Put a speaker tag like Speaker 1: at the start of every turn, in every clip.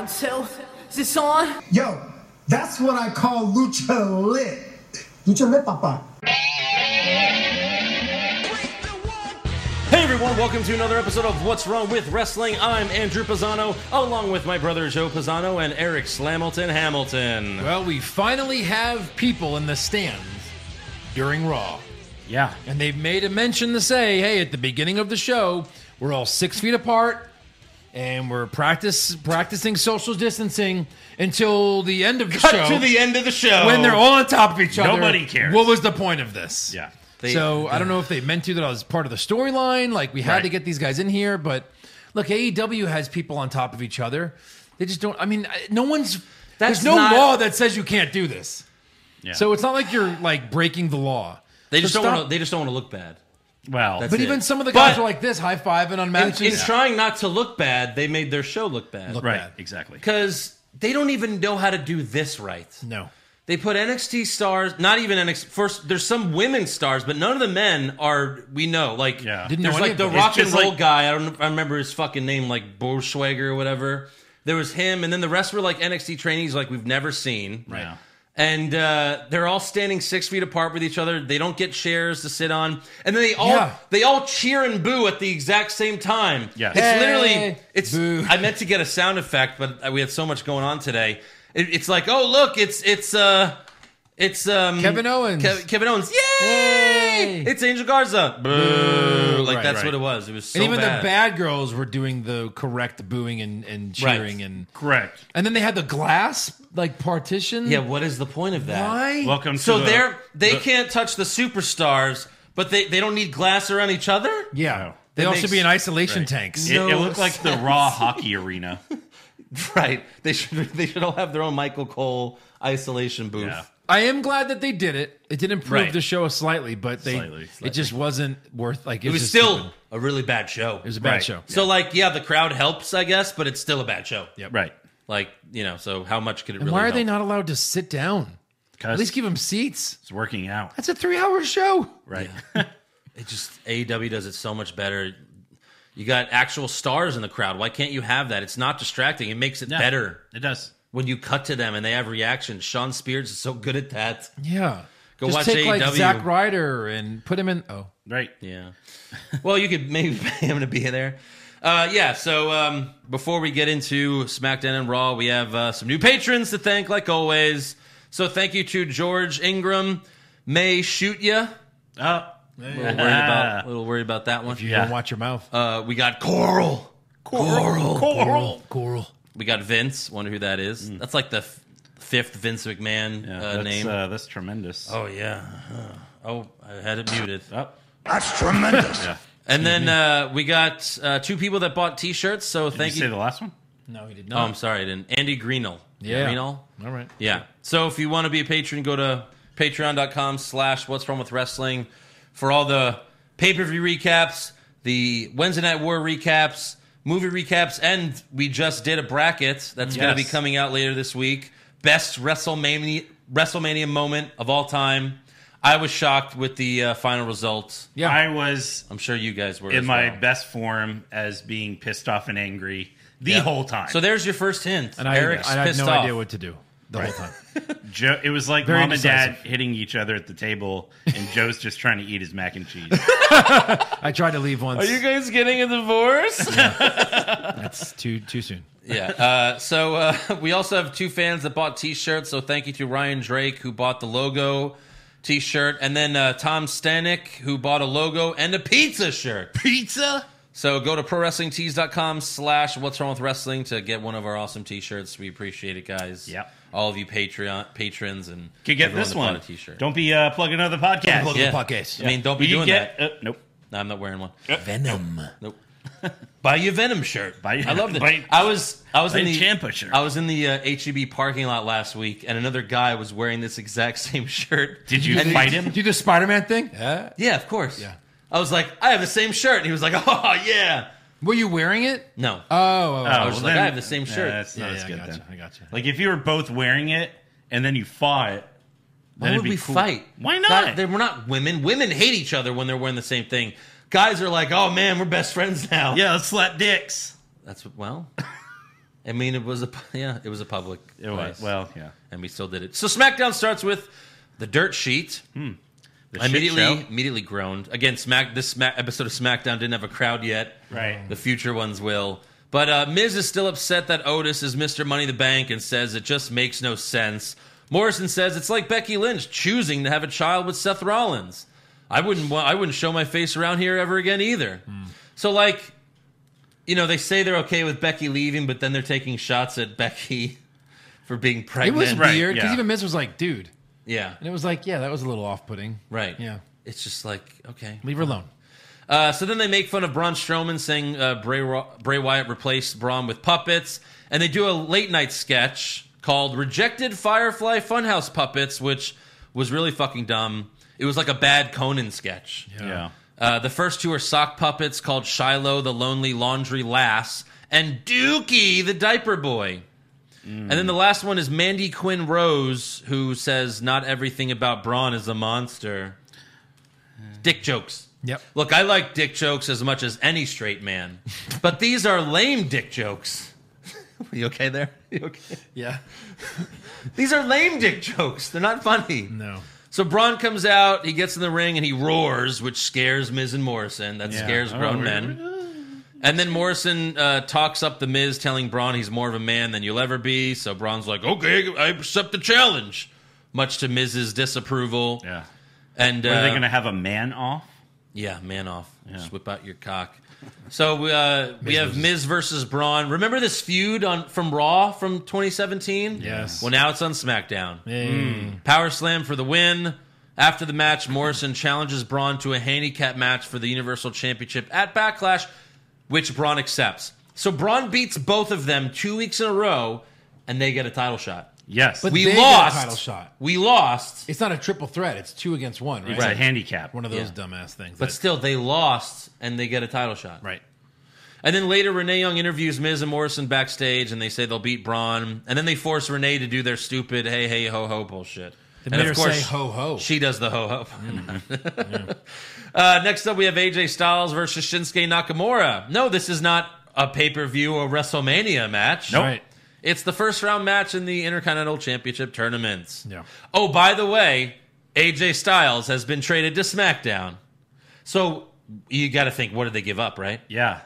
Speaker 1: Oh,
Speaker 2: so is this on?
Speaker 3: Yo, that's what I call lucha lit. Lucha lit, papa.
Speaker 1: Hey everyone, welcome to another episode of What's Wrong with Wrestling. I'm Andrew Pisano, along with my brother Joe Pisano and Eric Slamilton Hamilton.
Speaker 4: Well, we finally have people in the stands during Raw.
Speaker 1: Yeah.
Speaker 4: And they've made a mention to say, hey, at the beginning of the show, we're all six feet apart and we're practice practicing social distancing until the end of the
Speaker 1: Cut
Speaker 4: show.
Speaker 1: to the end of the show.
Speaker 4: when they're all on top of each other.
Speaker 1: Nobody cares.
Speaker 4: What was the point of this?
Speaker 1: Yeah. They-
Speaker 4: so I don't know if they meant to that I was part of the storyline. Like we had
Speaker 1: Right.
Speaker 4: to get these guys in here, but look, AEW has people on top of each other. They just don't. I mean, I- no one's.
Speaker 1: That's
Speaker 4: there's no
Speaker 1: not-
Speaker 4: law that says you can't do this.
Speaker 5: Yeah.
Speaker 4: So it's not like you're like breaking the law.
Speaker 1: They
Speaker 4: So
Speaker 1: just don't
Speaker 4: stop-
Speaker 1: want to. They just don't want to look bad.
Speaker 5: well,
Speaker 1: That's
Speaker 4: But
Speaker 1: it.
Speaker 4: even some of the guys
Speaker 1: But-
Speaker 4: are like this, high five and on
Speaker 1: In,
Speaker 4: matches.
Speaker 1: in trying not to look bad, they made their show look bad.
Speaker 4: Look-
Speaker 5: right,
Speaker 4: bad.
Speaker 5: exactly.
Speaker 1: Because they don't even know how to do this right.
Speaker 4: no.
Speaker 1: They put NXT stars, not even NXT. First, there's some women stars, but none of the men are. We know, like,
Speaker 5: Yeah.
Speaker 4: Didn't know
Speaker 1: there's
Speaker 4: any
Speaker 1: like
Speaker 4: of
Speaker 1: the
Speaker 4: them.
Speaker 1: rock
Speaker 5: It's
Speaker 1: and
Speaker 5: just
Speaker 1: roll
Speaker 5: like-
Speaker 1: guy. I don't. I remember his fucking name, like Borschwager or whatever. There was him, and then the rest were like NXT trainees, like we've never seen.
Speaker 5: Right. Yeah.
Speaker 1: And uh, they're all standing six feet apart with each other. They don't get chairs to sit on, and then they all
Speaker 4: Yeah.
Speaker 1: they all cheer and boo at the exact same time.
Speaker 5: Yes.
Speaker 1: it's
Speaker 5: Hey,
Speaker 1: literally it's.
Speaker 4: boo.
Speaker 1: I meant to get a sound effect, but we had so much going on today. It, it's like, oh look, it's it's uh, it's um
Speaker 4: Kevin Owens.
Speaker 1: Kev- Kevin Owens, yay!
Speaker 4: Yay!
Speaker 1: It's Angel Garza, boo! Like
Speaker 4: Right,
Speaker 1: that's
Speaker 5: right.
Speaker 1: what it was. It was so
Speaker 4: and even
Speaker 1: bad.
Speaker 4: the bad girls were doing the correct booing and, and
Speaker 1: Right.
Speaker 4: cheering and
Speaker 5: Correct.
Speaker 4: and then they had the glass like partition.
Speaker 1: Yeah, what is the point of that?
Speaker 4: Why?
Speaker 5: Welcome
Speaker 1: So
Speaker 5: to the-
Speaker 1: they're they
Speaker 5: the-
Speaker 1: can't touch the superstars, but they they don't need glass around each other.
Speaker 4: Yeah.
Speaker 1: That
Speaker 4: They all should
Speaker 1: makes-
Speaker 4: be in isolation tanks.
Speaker 5: It,
Speaker 1: No
Speaker 5: it looked like the Raw hockey arena.
Speaker 1: Right. They should they should all have their own Michael Cole isolation booth.
Speaker 5: Yeah.
Speaker 4: I am glad that they did it. It did improve
Speaker 5: Right.
Speaker 4: the show slightly, but they
Speaker 5: Slightly,
Speaker 4: it just wasn't worth like
Speaker 1: It was
Speaker 4: just
Speaker 1: still
Speaker 4: stupid.
Speaker 1: a really bad show.
Speaker 4: it was a bad
Speaker 5: Right.
Speaker 4: show.
Speaker 1: so like yeah, the crowd helps, I guess, but it's still a bad show.
Speaker 4: Yep.
Speaker 5: Right.
Speaker 1: Like you know, so how much could it?
Speaker 4: And
Speaker 1: really
Speaker 4: why are they
Speaker 1: help?
Speaker 4: not allowed to sit down? At
Speaker 5: Because
Speaker 4: least give them seats.
Speaker 5: it's working out.
Speaker 4: That's a three-hour show.
Speaker 5: Right.
Speaker 1: It just AEW does it so much better. You got actual stars in the crowd. Why can't you have that? It's not distracting. It makes it
Speaker 5: No,
Speaker 1: better
Speaker 5: It does.
Speaker 1: when you cut to them and they have reactions. Sean Spears is so good at that.
Speaker 4: Yeah.
Speaker 1: Go
Speaker 4: just
Speaker 1: watch E
Speaker 4: take like
Speaker 1: AEW.
Speaker 4: Zack Ryder and put him in. Oh,
Speaker 5: Right.
Speaker 1: Yeah. well, you could maybe pay him to be there. Uh, yeah. So um, before we get into SmackDown and Raw, we have uh, some new patrons to thank, like always. So thank you to George Ingram, May Shoot Ya.
Speaker 5: Uh,
Speaker 1: A little worried about, a little worried about that one.
Speaker 4: you
Speaker 5: Yeah.
Speaker 4: don't watch your mouth.
Speaker 1: Uh, we got Coral. Coral.
Speaker 5: Coral.
Speaker 4: Coral.
Speaker 1: We got Vince. Wonder who that is. That's like the f- fifth Vince McMahon
Speaker 5: Yeah,
Speaker 1: uh,
Speaker 5: that's,
Speaker 1: name.
Speaker 5: Uh, that's tremendous.
Speaker 1: oh yeah. Oh, I had it muted.
Speaker 5: Oh,
Speaker 1: and then uh, we got uh, two people that bought T-shirts. So
Speaker 5: did
Speaker 1: thank
Speaker 5: you
Speaker 1: you.
Speaker 5: say the last one?
Speaker 4: No, he did
Speaker 1: oh,
Speaker 4: not.
Speaker 1: I'm sorry. I didn't. Andy Greenell.
Speaker 4: Yeah.
Speaker 1: Greenell.
Speaker 4: All right.
Speaker 1: Yeah. So if you want to be a patron, go to patreon.com slash what's wrong with wrestling for all the pay-per-view recaps, the Wednesday Night War recaps, movie recaps, and we just did a bracket that's going
Speaker 5: Yes.
Speaker 1: to be coming out later this week. Best WrestleMania WrestleMania moment of all time. I was shocked with the uh, final results.
Speaker 4: Yeah.
Speaker 5: I was
Speaker 1: I'm sure you guys were
Speaker 5: in
Speaker 1: as
Speaker 5: my
Speaker 1: well.
Speaker 5: best form as being pissed off and angry the whole time.
Speaker 1: So there's your first hint.
Speaker 4: and I,
Speaker 1: Eric's
Speaker 4: I had
Speaker 1: pissed
Speaker 4: no
Speaker 1: off.
Speaker 4: idea what to do the whole time.
Speaker 5: Joe, it was like
Speaker 4: Very
Speaker 5: mom and
Speaker 4: decisive.
Speaker 5: dad hitting each other at the table, and Joe's just trying to eat his mac and cheese.
Speaker 4: I tried to leave once.
Speaker 1: guys getting a divorce?
Speaker 4: That's too too soon.
Speaker 1: yeah. Uh, so uh, we also have two fans that bought T-shirts. So thank you to Ryan Drake who bought the logo T-shirt, and then uh, Tom Stanek who bought a logo and a pizza shirt.
Speaker 5: Pizza.
Speaker 1: So go to prowrestlingtees.com slash what's wrong with wrestling to get one of our awesome T-shirts. We appreciate it, guys.
Speaker 5: Yep.
Speaker 1: All of you Patreon patrons and
Speaker 5: Could get
Speaker 1: everyone
Speaker 5: this
Speaker 1: that bought
Speaker 5: one.
Speaker 1: A t-shirt.
Speaker 5: Don't be uh, plugging another podcast.
Speaker 4: Plug-
Speaker 1: yeah.
Speaker 4: Podcast.
Speaker 1: I mean, don't be
Speaker 5: You
Speaker 1: doing
Speaker 5: get-
Speaker 1: that.
Speaker 5: uh, nope.
Speaker 1: No, I'm not wearing one.
Speaker 4: Venom.
Speaker 1: Nope. Buy your Venom shirt.
Speaker 5: Buy your-
Speaker 1: I loved it.
Speaker 5: buy-
Speaker 1: I was I was
Speaker 5: buy
Speaker 1: in
Speaker 5: your
Speaker 1: the
Speaker 5: Champa shirt.
Speaker 1: I was in the uh, HEB parking lot last week, and another guy was wearing this exact same shirt.
Speaker 5: Did you
Speaker 1: And-
Speaker 5: fight
Speaker 4: Do
Speaker 5: him?
Speaker 4: you do Spider Man thing? Yeah.
Speaker 1: Yeah, of course.
Speaker 4: Yeah.
Speaker 1: I was like, I have the same shirt, and he was like, Oh yeah.
Speaker 4: Were you wearing it?
Speaker 1: No.
Speaker 4: Oh, oh, oh.
Speaker 1: I was
Speaker 5: well,
Speaker 1: like, I have the same
Speaker 5: yeah,
Speaker 1: shirt.
Speaker 5: that's not
Speaker 4: yeah,
Speaker 5: as
Speaker 4: yeah, I
Speaker 5: good
Speaker 4: gotcha.
Speaker 5: then.
Speaker 4: I gotcha.
Speaker 5: Like if you were both wearing it and then you fought,
Speaker 1: Why
Speaker 5: it'd
Speaker 1: would
Speaker 5: be
Speaker 1: we
Speaker 5: cool.
Speaker 1: fight?
Speaker 5: Why not?
Speaker 1: they, we're not women. Women hate each other when they're wearing the same thing. Guys are like, Oh man, we're best friends now.
Speaker 5: yeah, let's slap dicks.
Speaker 1: That's what- well. I mean, it was a yeah, it was a public.
Speaker 5: It was.
Speaker 1: place.
Speaker 5: Well, yeah.
Speaker 1: and we still did it. So SmackDown starts with the dirt sheet.
Speaker 5: The
Speaker 1: I
Speaker 5: shit
Speaker 1: immediately,
Speaker 5: show.
Speaker 1: immediately groaned. Again, Smack this Smack, episode of SmackDown didn't have a crowd yet.
Speaker 5: Right.
Speaker 1: The future ones will. But uh, Miz is still upset that Otis is Mr. Money in the Bank and says it just makes no sense. Morrison says it's like Becky Lynch choosing to have a child with Seth Rollins. I wouldn't. Wa- I wouldn't show my face around here ever again either.
Speaker 5: Hmm.
Speaker 1: So like, you know, they say they're okay with Becky leaving, but then they're taking shots at Becky for being
Speaker 4: It
Speaker 1: pregnant.
Speaker 4: was
Speaker 5: Right,
Speaker 4: weird because
Speaker 5: yeah.
Speaker 4: even Miz was like, "Dude,"
Speaker 1: Yeah.
Speaker 4: and it was like, "Yeah, that was a little off-putting."
Speaker 1: Right.
Speaker 4: Yeah.
Speaker 1: It's just like okay.
Speaker 4: Leave her alone.
Speaker 1: Uh, so then they make fun of Braun Strowman saying uh, Bray, Ro- Bray Wyatt replaced Braun with puppets, and they do a late night sketch called "Rejected Firefly Funhouse Puppets," which was really fucking dumb. It was like a bad Conan sketch.
Speaker 5: Yeah.
Speaker 1: Uh, the first two are sock puppets called Shiloh, the lonely laundry lass, and Dookie, the diaper boy. And then the last one is Mandy Quinn Rose, who says, Not everything about Braun is a monster. Dick jokes.
Speaker 4: Yep.
Speaker 1: Look, I like dick jokes as much as any straight man, but these are lame dick jokes. you okay there? You okay?
Speaker 4: Yeah.
Speaker 1: These are lame dick jokes. They're not funny.
Speaker 4: No.
Speaker 1: So Braun comes out, he gets in the ring, and he roars, which scares Miz and Morrison. That
Speaker 5: Yeah.
Speaker 1: scares
Speaker 5: Oh,
Speaker 1: grown
Speaker 5: really?
Speaker 1: men. And then Morrison uh, talks up the Miz, telling Braun he's more of a man than you'll ever be. So Braun's like, okay, I accept the challenge, much to Miz's disapproval.
Speaker 5: Yeah.
Speaker 1: And uh,
Speaker 5: Are they going to have a man off?
Speaker 1: yeah, man off. Just whip out your cock. So uh, we have Miz versus Braun. Remember this feud on from Raw from 2017?
Speaker 4: Yes.
Speaker 1: Well, now it's on SmackDown.
Speaker 4: Hey.
Speaker 1: Power slam for the win. After the match, Morrison challenges Braun to a handicap match for the Universal Championship at Backlash, which Braun accepts. So Braun beats both of them two weeks in a row, and they get a title shot.
Speaker 5: Yes.
Speaker 4: But
Speaker 5: it's
Speaker 1: We
Speaker 4: They get a
Speaker 1: lost.
Speaker 4: title shot.
Speaker 1: We lost,
Speaker 4: It's not a triple threat. It's two against one, right?
Speaker 5: a handicap.
Speaker 4: One of those
Speaker 1: Yeah.
Speaker 4: dumbass things.
Speaker 1: but
Speaker 4: that-
Speaker 1: still they lost, and they get a title shot.
Speaker 4: right.
Speaker 1: And then later, Renee Young interviews Miz and Morrison backstage, and they say they'll beat Braun. And then they force Renee to do their stupid "hey hey ho ho" bullshit.
Speaker 4: They
Speaker 1: and
Speaker 4: made her say ho ho. Mm.
Speaker 1: She does the ho ho. uh, next up, we have AJ Styles versus Shinsuke Nakamura. No, this is not a pay per view or WrestleMania match.
Speaker 5: Nope.
Speaker 4: Right.
Speaker 1: It's the first round match in the Intercontinental Championship tournaments.
Speaker 4: Yeah.
Speaker 1: Oh, by the way, AJ Styles has been traded to SmackDown. So you got to think, what did they give up, right?
Speaker 5: Yeah.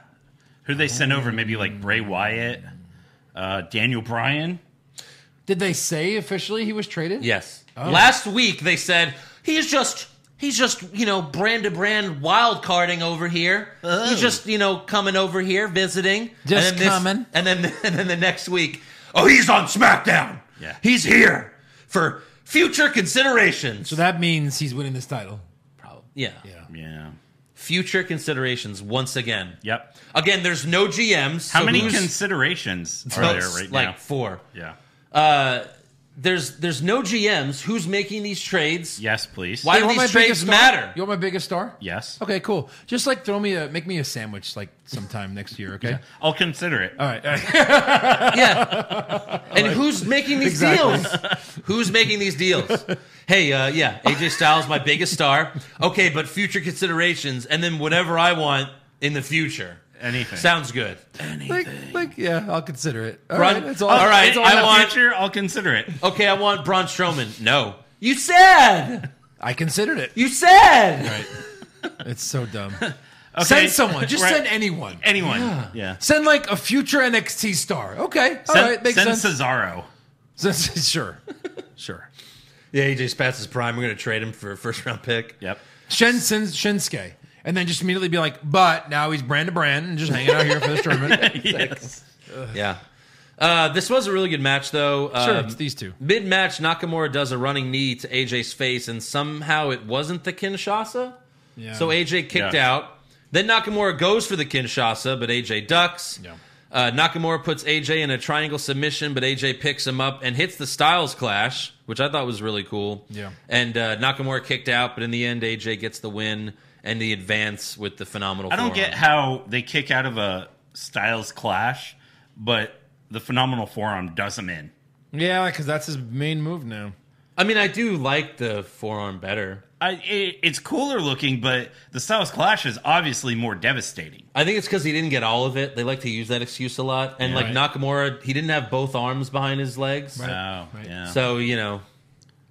Speaker 5: Who they sent over? Maybe like Bray Wyatt, uh, Daniel Bryan.
Speaker 4: Did they say officially he was traded?
Speaker 1: Yes.
Speaker 4: Oh.
Speaker 1: Last week they said he's just he's just you know brand to brand wild carding over here. He's just you know coming over here visiting.
Speaker 4: Oh. Just
Speaker 1: then this-
Speaker 4: coming.
Speaker 1: and then and then the next week, oh he's on SmackDown.
Speaker 5: Yeah.
Speaker 1: He's here for future considerations.
Speaker 4: So that means he's winning this title.
Speaker 1: Prob- yeah.
Speaker 4: Yeah.
Speaker 5: Yeah.
Speaker 1: Future considerations once again.
Speaker 5: Yep.
Speaker 1: Again, there's no GMs.
Speaker 5: How
Speaker 1: so
Speaker 5: many
Speaker 1: who's-
Speaker 5: considerations are there right
Speaker 1: like
Speaker 5: now?
Speaker 1: four.
Speaker 5: Yeah.
Speaker 1: There's there's no GMs. Who's making these trades?
Speaker 5: Yes, please.
Speaker 1: Why
Speaker 4: You
Speaker 1: do
Speaker 4: want my
Speaker 1: these
Speaker 4: biggest
Speaker 1: trades
Speaker 4: star?
Speaker 1: matter?
Speaker 4: You want my biggest star?
Speaker 5: Yes.
Speaker 4: Okay, cool. Just like throw me a make me a sandwich like sometime next year, okay?
Speaker 5: I'll consider it.
Speaker 4: All right. all right.
Speaker 1: Yeah. And who's making these
Speaker 4: Exactly.
Speaker 1: deals? Who's making these deals? Hey, uh, yeah, AJ Styles, my biggest star. Okay, but future considerations, and then whatever I want in the future.
Speaker 5: Anything.
Speaker 1: Sounds good.
Speaker 4: like, like, yeah, I'll consider it. All
Speaker 1: Run-
Speaker 4: right. That's all.
Speaker 1: all right.
Speaker 4: that's all
Speaker 1: I
Speaker 5: In the
Speaker 1: want- Oh.
Speaker 5: future, I'll consider it.
Speaker 1: Okay, I want Braun Strowman. No. You said.
Speaker 4: I considered it.
Speaker 1: You said.
Speaker 4: It's so dumb.
Speaker 5: Okay.
Speaker 4: Send someone. Just
Speaker 5: Right.
Speaker 4: send anyone.
Speaker 5: anyone. Yeah.
Speaker 4: Send like a future NXT star. Okay. all right,
Speaker 5: Send,
Speaker 4: Makes
Speaker 5: send
Speaker 4: sense.
Speaker 5: Cesaro.
Speaker 4: sure. Sure.
Speaker 1: Yeah, AJ's past his prime. We're going to trade him for a first round pick.
Speaker 5: Yep.
Speaker 4: Shen Shin, Shinsuke. And then just immediately be like, but now he's brand to brand and just hanging out here for this tournament. Uh,
Speaker 5: yes.
Speaker 1: Yeah. Uh, this was a really good match, though.
Speaker 4: Sure,
Speaker 1: Um,
Speaker 4: it's these two.
Speaker 1: Mid match, Nakamura does a running knee to AJ's face, and somehow it wasn't the Kinshasa.
Speaker 4: Yeah.
Speaker 1: So AJ kicked
Speaker 5: Yeah.
Speaker 1: out. Then Nakamura goes for the Kinshasa, but AJ ducks.
Speaker 4: Yeah.
Speaker 1: Uh, Nakamura puts AJ in a triangle submission, but AJ picks him up and hits the Styles Clash, which I thought was really cool.
Speaker 4: Yeah.
Speaker 1: And uh, Nakamura kicked out, but in the end, AJ gets the win and the advance with the phenomenal.
Speaker 5: I don't
Speaker 1: forearm.
Speaker 5: get how they kick out of a Styles clash, but the phenomenal forearm does him in.
Speaker 4: Yeah, because that's his main move now.
Speaker 1: I mean, I do like the forearm better.
Speaker 5: I, it, it's cooler looking, but the Styles Clash is obviously more devastating.
Speaker 1: I think it's because he didn't get all of it. They like to use that excuse a lot. And like
Speaker 4: Right.
Speaker 1: Nakamura, he didn't have both arms behind his legs.
Speaker 4: Right.
Speaker 5: Oh,
Speaker 4: right.
Speaker 5: yeah.
Speaker 1: So you know,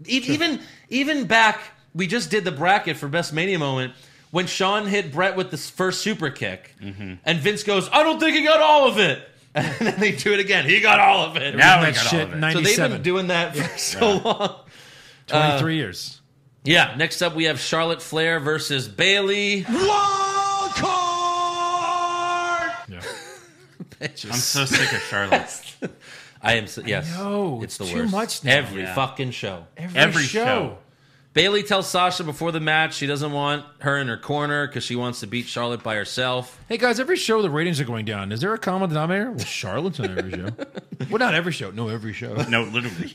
Speaker 1: e- even even back, we just did the bracket for best Mania moment when Sean hit Brett with the s- first super kick, and Vince goes, "I don't think he got all of it," and then they do it again. He got all of it.
Speaker 5: now we
Speaker 4: that
Speaker 5: got all
Speaker 4: shit
Speaker 5: of it.
Speaker 4: nine-
Speaker 1: so they've been
Speaker 4: 97.
Speaker 1: doing that for so long.
Speaker 4: 23
Speaker 5: uh,
Speaker 4: years.
Speaker 1: Yeah. Next up, we have Charlotte Flair versus Bailey.
Speaker 3: Wild card!
Speaker 4: Yeah.
Speaker 5: I'm so sick of Charlotte.
Speaker 1: I am. So, yes.
Speaker 4: know,
Speaker 1: it's
Speaker 4: it's
Speaker 1: the
Speaker 4: too
Speaker 1: worst.
Speaker 4: much now.
Speaker 1: Every
Speaker 5: Yeah.
Speaker 1: fucking show.
Speaker 5: Every show.
Speaker 1: Bailey tells Sasha before the match she doesn't want her in her corner because she wants to beat Charlotte by herself.
Speaker 4: Hey guys, every show the ratings are going down. Is there a common denominator? Well, Charlotte's on every show. well, not every show. No, every show.
Speaker 5: No, literally.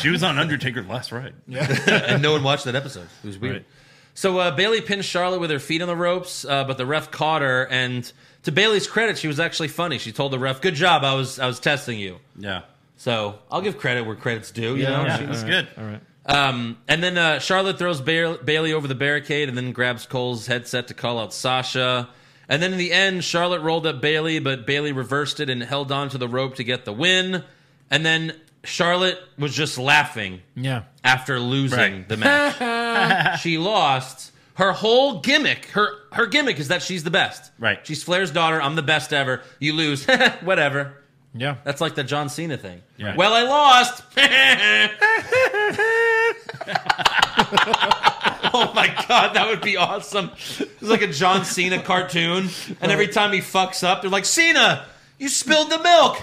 Speaker 5: She was on Undertaker last ride.
Speaker 1: and no one watched that episode. It was weird.
Speaker 5: Right.
Speaker 1: So uh, Bailey pinned Charlotte with her feet on the ropes, uh, but the ref caught her. And to Bailey's credit, she was actually funny. She told the ref, "Good job, I was I was testing you."
Speaker 5: Yeah.
Speaker 1: So I'll give credit where credit's due. You know,
Speaker 4: Yeah,
Speaker 5: Yeah,
Speaker 1: She-
Speaker 5: it was
Speaker 4: all
Speaker 5: good.
Speaker 4: All right.
Speaker 1: um, and then uh, Charlotte throws ba- Bailey over the barricade and then grabs Cole's headset to call out Sasha. And then in the end, Charlotte rolled up Bailey, but Bailey reversed it and held on to the rope to get the win. And then Charlotte was just laughing
Speaker 4: Yeah.
Speaker 1: after losing
Speaker 5: Right.
Speaker 1: the match. she lost. Her whole gimmick, her her gimmick is that she's the best.
Speaker 5: Right.
Speaker 1: She's Flair's daughter. I'm the best ever. You lose. Whatever.
Speaker 4: Yeah.
Speaker 1: That's like the John Cena thing.
Speaker 5: Right.
Speaker 1: Well, I lost. oh my god, that would be awesome. It's like a John Cena cartoon, and every time he fucks up, they're like, "Cena, you spilled the milk."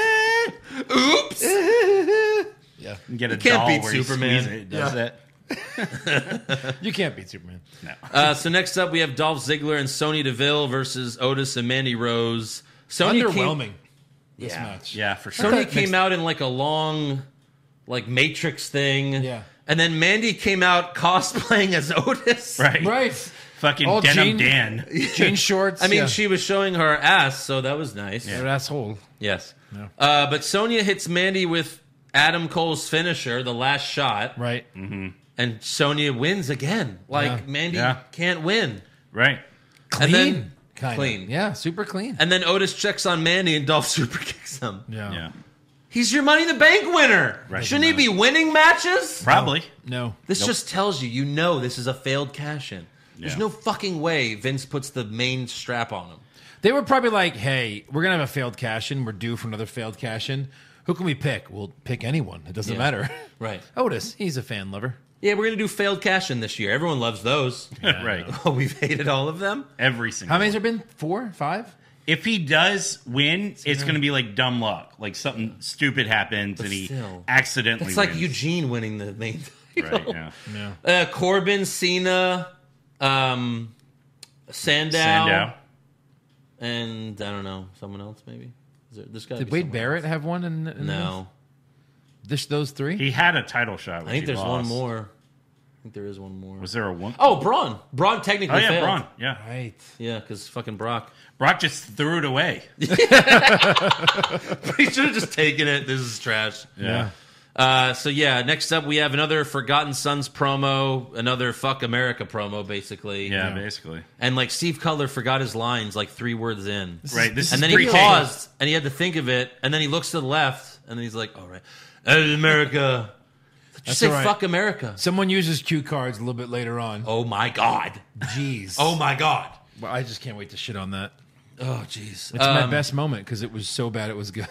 Speaker 1: Oops.
Speaker 5: You Get a
Speaker 1: can't
Speaker 5: doll
Speaker 1: beat
Speaker 5: where you
Speaker 1: Superman.
Speaker 5: squeeze it, it does that.
Speaker 4: You can't beat Superman.
Speaker 1: Uh, so next up, we have Dolph Ziggler and Sony Deville versus Otis and Mandy Rose. Sony
Speaker 4: Underwhelming.
Speaker 1: Came,
Speaker 4: This
Speaker 1: yeah.
Speaker 4: match.
Speaker 5: Yeah, for sure.
Speaker 1: Sony came out in like a long, like Matrix thing.
Speaker 4: Yeah.
Speaker 1: And then Mandy came out cosplaying as Otis.
Speaker 5: Right.
Speaker 4: Right.
Speaker 5: Fucking
Speaker 4: All
Speaker 5: Denim
Speaker 4: Gene-
Speaker 5: Dan.
Speaker 4: Jean shorts.
Speaker 1: I mean,
Speaker 4: yeah.
Speaker 1: she was showing her ass, so that was nice.
Speaker 4: Her asshole.
Speaker 1: Yes. Uh, but Sonya hits Mandy with Adam Cole's finisher, the last shot,
Speaker 4: Right.
Speaker 1: Mm-hmm. and Sonya wins again. Like
Speaker 4: Yeah.
Speaker 1: Mandy
Speaker 5: Yeah.
Speaker 1: can't win.
Speaker 5: Right.
Speaker 4: Clean.
Speaker 1: And then
Speaker 4: kinda.
Speaker 1: clean.
Speaker 4: Yeah. Super clean.
Speaker 1: And then Otis checks on Mandy, and Dolph super kicks him.
Speaker 4: Yeah.
Speaker 5: Yeah.
Speaker 1: He's your Money in the Bank winner.
Speaker 5: Right.
Speaker 1: Shouldn't he be winning matches?
Speaker 5: Probably.
Speaker 4: No.
Speaker 1: This just tells you, you know, this is a failed cash in. There's
Speaker 5: Yeah.
Speaker 1: no fucking way Vince puts the main strap on him.
Speaker 4: They were probably like, "Hey, we're gonna have a failed cash in. We're due for another failed cash in. Who can we pick? We'll pick anyone. It doesn't
Speaker 1: Yeah.
Speaker 4: matter."
Speaker 1: Right.
Speaker 4: Otis, he's a fan lover.
Speaker 1: Yeah, we're going to do failed cash in this year. Everyone loves those.
Speaker 5: right.
Speaker 1: Oh, we've hated all of them.
Speaker 5: Every single
Speaker 4: How many's there been? Four, five?
Speaker 5: If he does win, it's going to be like dumb luck. Like something stupid happens and he
Speaker 1: still.
Speaker 5: accidentally
Speaker 1: It's like
Speaker 5: wins.
Speaker 1: Eugene winning the main title.
Speaker 5: Right, yeah.
Speaker 4: No.
Speaker 1: Uh, Corbin, Cena, um, Sandow,
Speaker 5: Sandow.
Speaker 1: and I don't know, someone else maybe. Is there, there's gotta
Speaker 4: Did
Speaker 1: be
Speaker 4: Wade
Speaker 1: someone
Speaker 4: Barrett have one? In, in
Speaker 1: else.
Speaker 4: this-
Speaker 1: No.
Speaker 4: This, those three.
Speaker 5: He had a title shot. Which
Speaker 1: I think
Speaker 5: he
Speaker 1: there's one
Speaker 5: lost.
Speaker 1: more. I think there is one more.
Speaker 5: Was there a one?
Speaker 1: Oh, Braun. Braun technically
Speaker 5: Oh, yeah,
Speaker 1: failed.
Speaker 5: Braun. Yeah.
Speaker 4: right.
Speaker 1: Yeah, because fucking Brock.
Speaker 5: Brock just threw it away. Yeah.
Speaker 1: he should have just taken it. This is trash. Uh, so yeah, next up we have another Forgotten Sons promo, another Fuck America promo, basically.
Speaker 5: Yeah,
Speaker 4: Yeah.
Speaker 5: basically.
Speaker 1: And like Steve Cutler forgot his lines like three words in,
Speaker 5: Right. This
Speaker 1: and
Speaker 5: is
Speaker 1: then he
Speaker 5: pre-taped.
Speaker 1: paused and he had to think of it, and then he looks to the left, and then he's like, "All right, And America." Just
Speaker 4: That's
Speaker 1: say
Speaker 4: all right.
Speaker 1: "Fuck America."
Speaker 4: Someone uses cue cards a little bit later on.
Speaker 1: Oh my god.
Speaker 4: Jeez.
Speaker 1: Oh my god.
Speaker 4: Well, I just can't wait to shit on that.
Speaker 1: Oh jeez.
Speaker 4: It's my best moment because it was so bad it was good.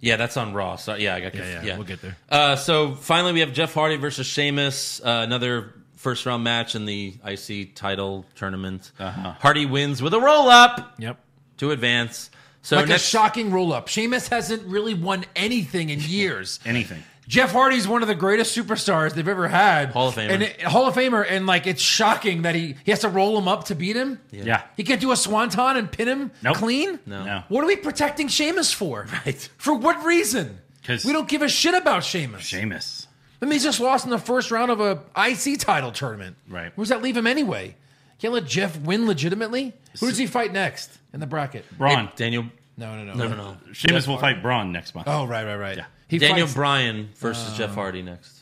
Speaker 1: Yeah, that's on Raw. So yeah, I got conf- yeah.
Speaker 4: We'll get there.
Speaker 1: Uh, so finally, we have Jeff Hardy versus Sheamus, uh, another first round match in the IC title tournament.
Speaker 4: Uh-huh.
Speaker 1: Hardy wins with a roll up
Speaker 4: Yep.
Speaker 1: to advance. So
Speaker 4: Like
Speaker 1: next,
Speaker 4: a shocking roll up. Sheamus hasn't really won anything in years.
Speaker 5: Anything.
Speaker 4: Jeff Hardy's one of the greatest superstars they've ever had.
Speaker 1: Hall of Famer.
Speaker 4: And it- Hall of Famer, and like it's shocking that he, he has to roll him up to beat him.
Speaker 5: Yeah.
Speaker 4: He can't do a swanton and pin him
Speaker 5: Nope.
Speaker 4: clean.
Speaker 1: No.
Speaker 5: No.
Speaker 4: What are we protecting Sheamus for?
Speaker 1: Right.
Speaker 4: For what reason?
Speaker 5: 'Cause-
Speaker 4: we don't give a shit about Sheamus.
Speaker 5: Sheamus.
Speaker 4: I mean, he's just lost in the first round of a IC title tournament.
Speaker 5: Right.
Speaker 4: Where does that leave him anyway? Can't let Jeff win legitimately. Who does he fight next in the bracket?
Speaker 5: Braun.
Speaker 1: Daniel
Speaker 4: No, no, no.
Speaker 1: No, no, no.
Speaker 5: Sheamus will fight Braun next month.
Speaker 4: Oh, right, right, right.
Speaker 5: Yeah.
Speaker 4: He
Speaker 1: Daniel
Speaker 4: fights- uh,
Speaker 1: Bryan versus Jeff Hardy next.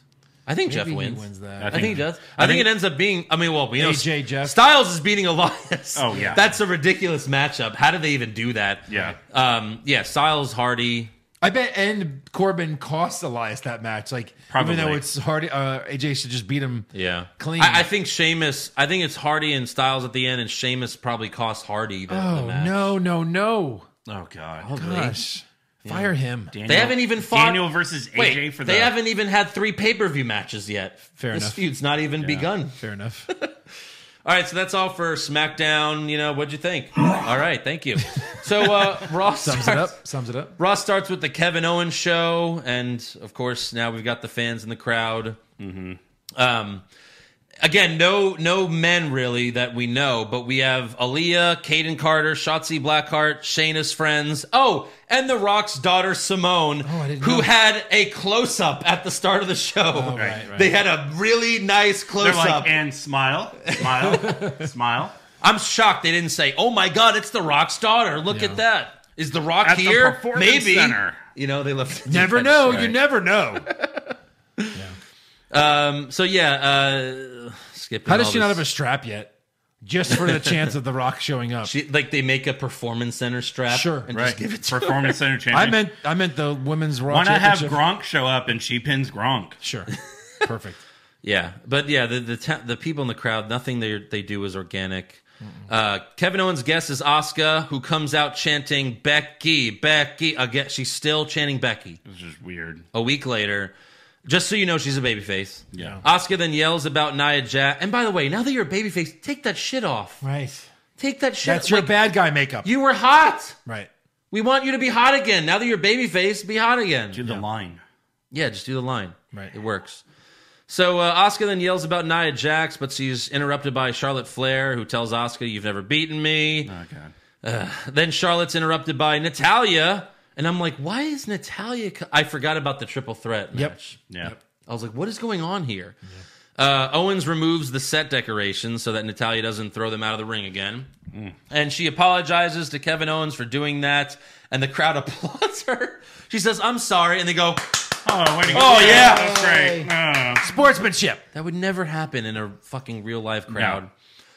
Speaker 1: I think Jeff
Speaker 4: Maybe
Speaker 1: wins.
Speaker 4: He wins that.
Speaker 5: I
Speaker 1: I think he does. I,
Speaker 5: I
Speaker 1: think,
Speaker 5: think-
Speaker 1: it ends up being. I mean, well, you know,
Speaker 4: AJ Jeff.
Speaker 1: Styles is beating Elias.
Speaker 5: Oh, yeah.
Speaker 1: that's a ridiculous matchup. How did they even do that?
Speaker 5: Yeah.
Speaker 1: um, yeah. Styles Hardy.
Speaker 4: I bet and Corbin cost Elias that match. Like
Speaker 5: Probably.
Speaker 4: even though it's hard, uh, AJ should just beat him.
Speaker 1: Yeah,
Speaker 4: Clean.
Speaker 1: I, I think Sheamus. I think it's Hardy and Styles at the end, and Sheamus probably cost Hardy the, the
Speaker 4: Oh
Speaker 1: match.
Speaker 4: no, no, no!
Speaker 5: Oh God.
Speaker 4: Gosh, fire him.
Speaker 5: Daniel-
Speaker 1: They haven't even fought
Speaker 5: Daniel versus AJ
Speaker 1: Wait,
Speaker 5: for the
Speaker 1: they haven't even had three pay per view matches yet.
Speaker 4: Fair
Speaker 1: this
Speaker 4: enough.
Speaker 1: feud's not even begun.
Speaker 4: Fair enough.
Speaker 1: All right, so that's all for SmackDown. You know, what'd you think? all right, thank you. So uh, Raw
Speaker 4: Sums
Speaker 1: starts.
Speaker 4: it up. Sums it up.
Speaker 1: Raw starts with the Kevin Owens show, and of course now we've got the fans in the crowd.
Speaker 5: Mm-hmm.
Speaker 1: Um, again, no no men really that we know, but we have Aaliyah, Caden Carter, Shotzi Blackheart, Shayna's friends. Oh, and The Rock's daughter Simone,
Speaker 4: Oh, I didn't
Speaker 1: who
Speaker 4: know. Oh,
Speaker 1: had a close up at the start of the show.
Speaker 4: right, right.
Speaker 1: They had a really nice
Speaker 5: They're
Speaker 1: close
Speaker 5: like
Speaker 1: up.
Speaker 5: and smile, smile, smile.
Speaker 1: I'm shocked they didn't say, "Oh my God, it's The Rock's daughter! Look at that! Is The Rock
Speaker 5: At the
Speaker 1: here?
Speaker 5: Performance
Speaker 1: Maybe."
Speaker 5: Center.
Speaker 1: You know, they left.
Speaker 4: Never
Speaker 1: That's
Speaker 4: know.
Speaker 1: right.
Speaker 4: You never know.
Speaker 1: Um, so yeah, uh, skipping.
Speaker 4: How does
Speaker 1: all
Speaker 4: she not
Speaker 1: this-
Speaker 4: have a strap yet? Just for the chance of The Rock showing up.
Speaker 1: She, like they make a performance center strap.
Speaker 4: Sure.
Speaker 1: and
Speaker 5: Right.
Speaker 1: just give it to. her.
Speaker 5: Performance Center
Speaker 4: I
Speaker 5: champion.
Speaker 4: meant I meant the women's Raw.
Speaker 5: Why not have
Speaker 4: championship.
Speaker 5: Gronk show up and she pins Gronk?
Speaker 4: Sure. Perfect.
Speaker 1: Yeah, but yeah, the the ta- the people in the crowd, nothing they they do is organic. Uh, Kevin Owens' guest is Asuka, who comes out chanting Becky, Becky. Again, she's still chanting Becky.
Speaker 5: It's just weird.
Speaker 1: A week later, just so you know, she's a babyface.
Speaker 5: Yeah.
Speaker 1: Asuka then yells about Nia Jax. And by the way, now that you're a babyface, take that shit off.
Speaker 4: Right.
Speaker 1: Take that shit.
Speaker 4: That's your
Speaker 1: like,
Speaker 4: bad guy makeup.
Speaker 1: You were hot.
Speaker 4: right.
Speaker 1: We want you to be hot again. Now that you're babyface, be hot again.
Speaker 5: Do the line.
Speaker 1: Yeah, just do the line.
Speaker 4: Right.
Speaker 1: It works. So uh, Asuka then yells about Nia Jax, but she's interrupted by Charlotte Flair, who tells Asuka, You've never beaten me.
Speaker 5: Oh God.
Speaker 1: Then Charlotte's interrupted by Natalia. And I'm like, Why is Natalia. Co- I forgot about the triple threat
Speaker 4: Yep.
Speaker 1: match.
Speaker 5: Yeah.
Speaker 1: I was like, What is going on here? Uh, Owens removes the set decorations so that Natalia doesn't throw them out of the ring again.
Speaker 4: Mm.
Speaker 1: And she apologizes to Kevin Owens for doing that. And the crowd applauds her. She says, I'm sorry. And they go,
Speaker 5: Oh, way to go.
Speaker 1: Oh, yeah.
Speaker 5: That's great. Oh.
Speaker 4: Sportsmanship.
Speaker 1: That would never happen in a fucking real life crowd.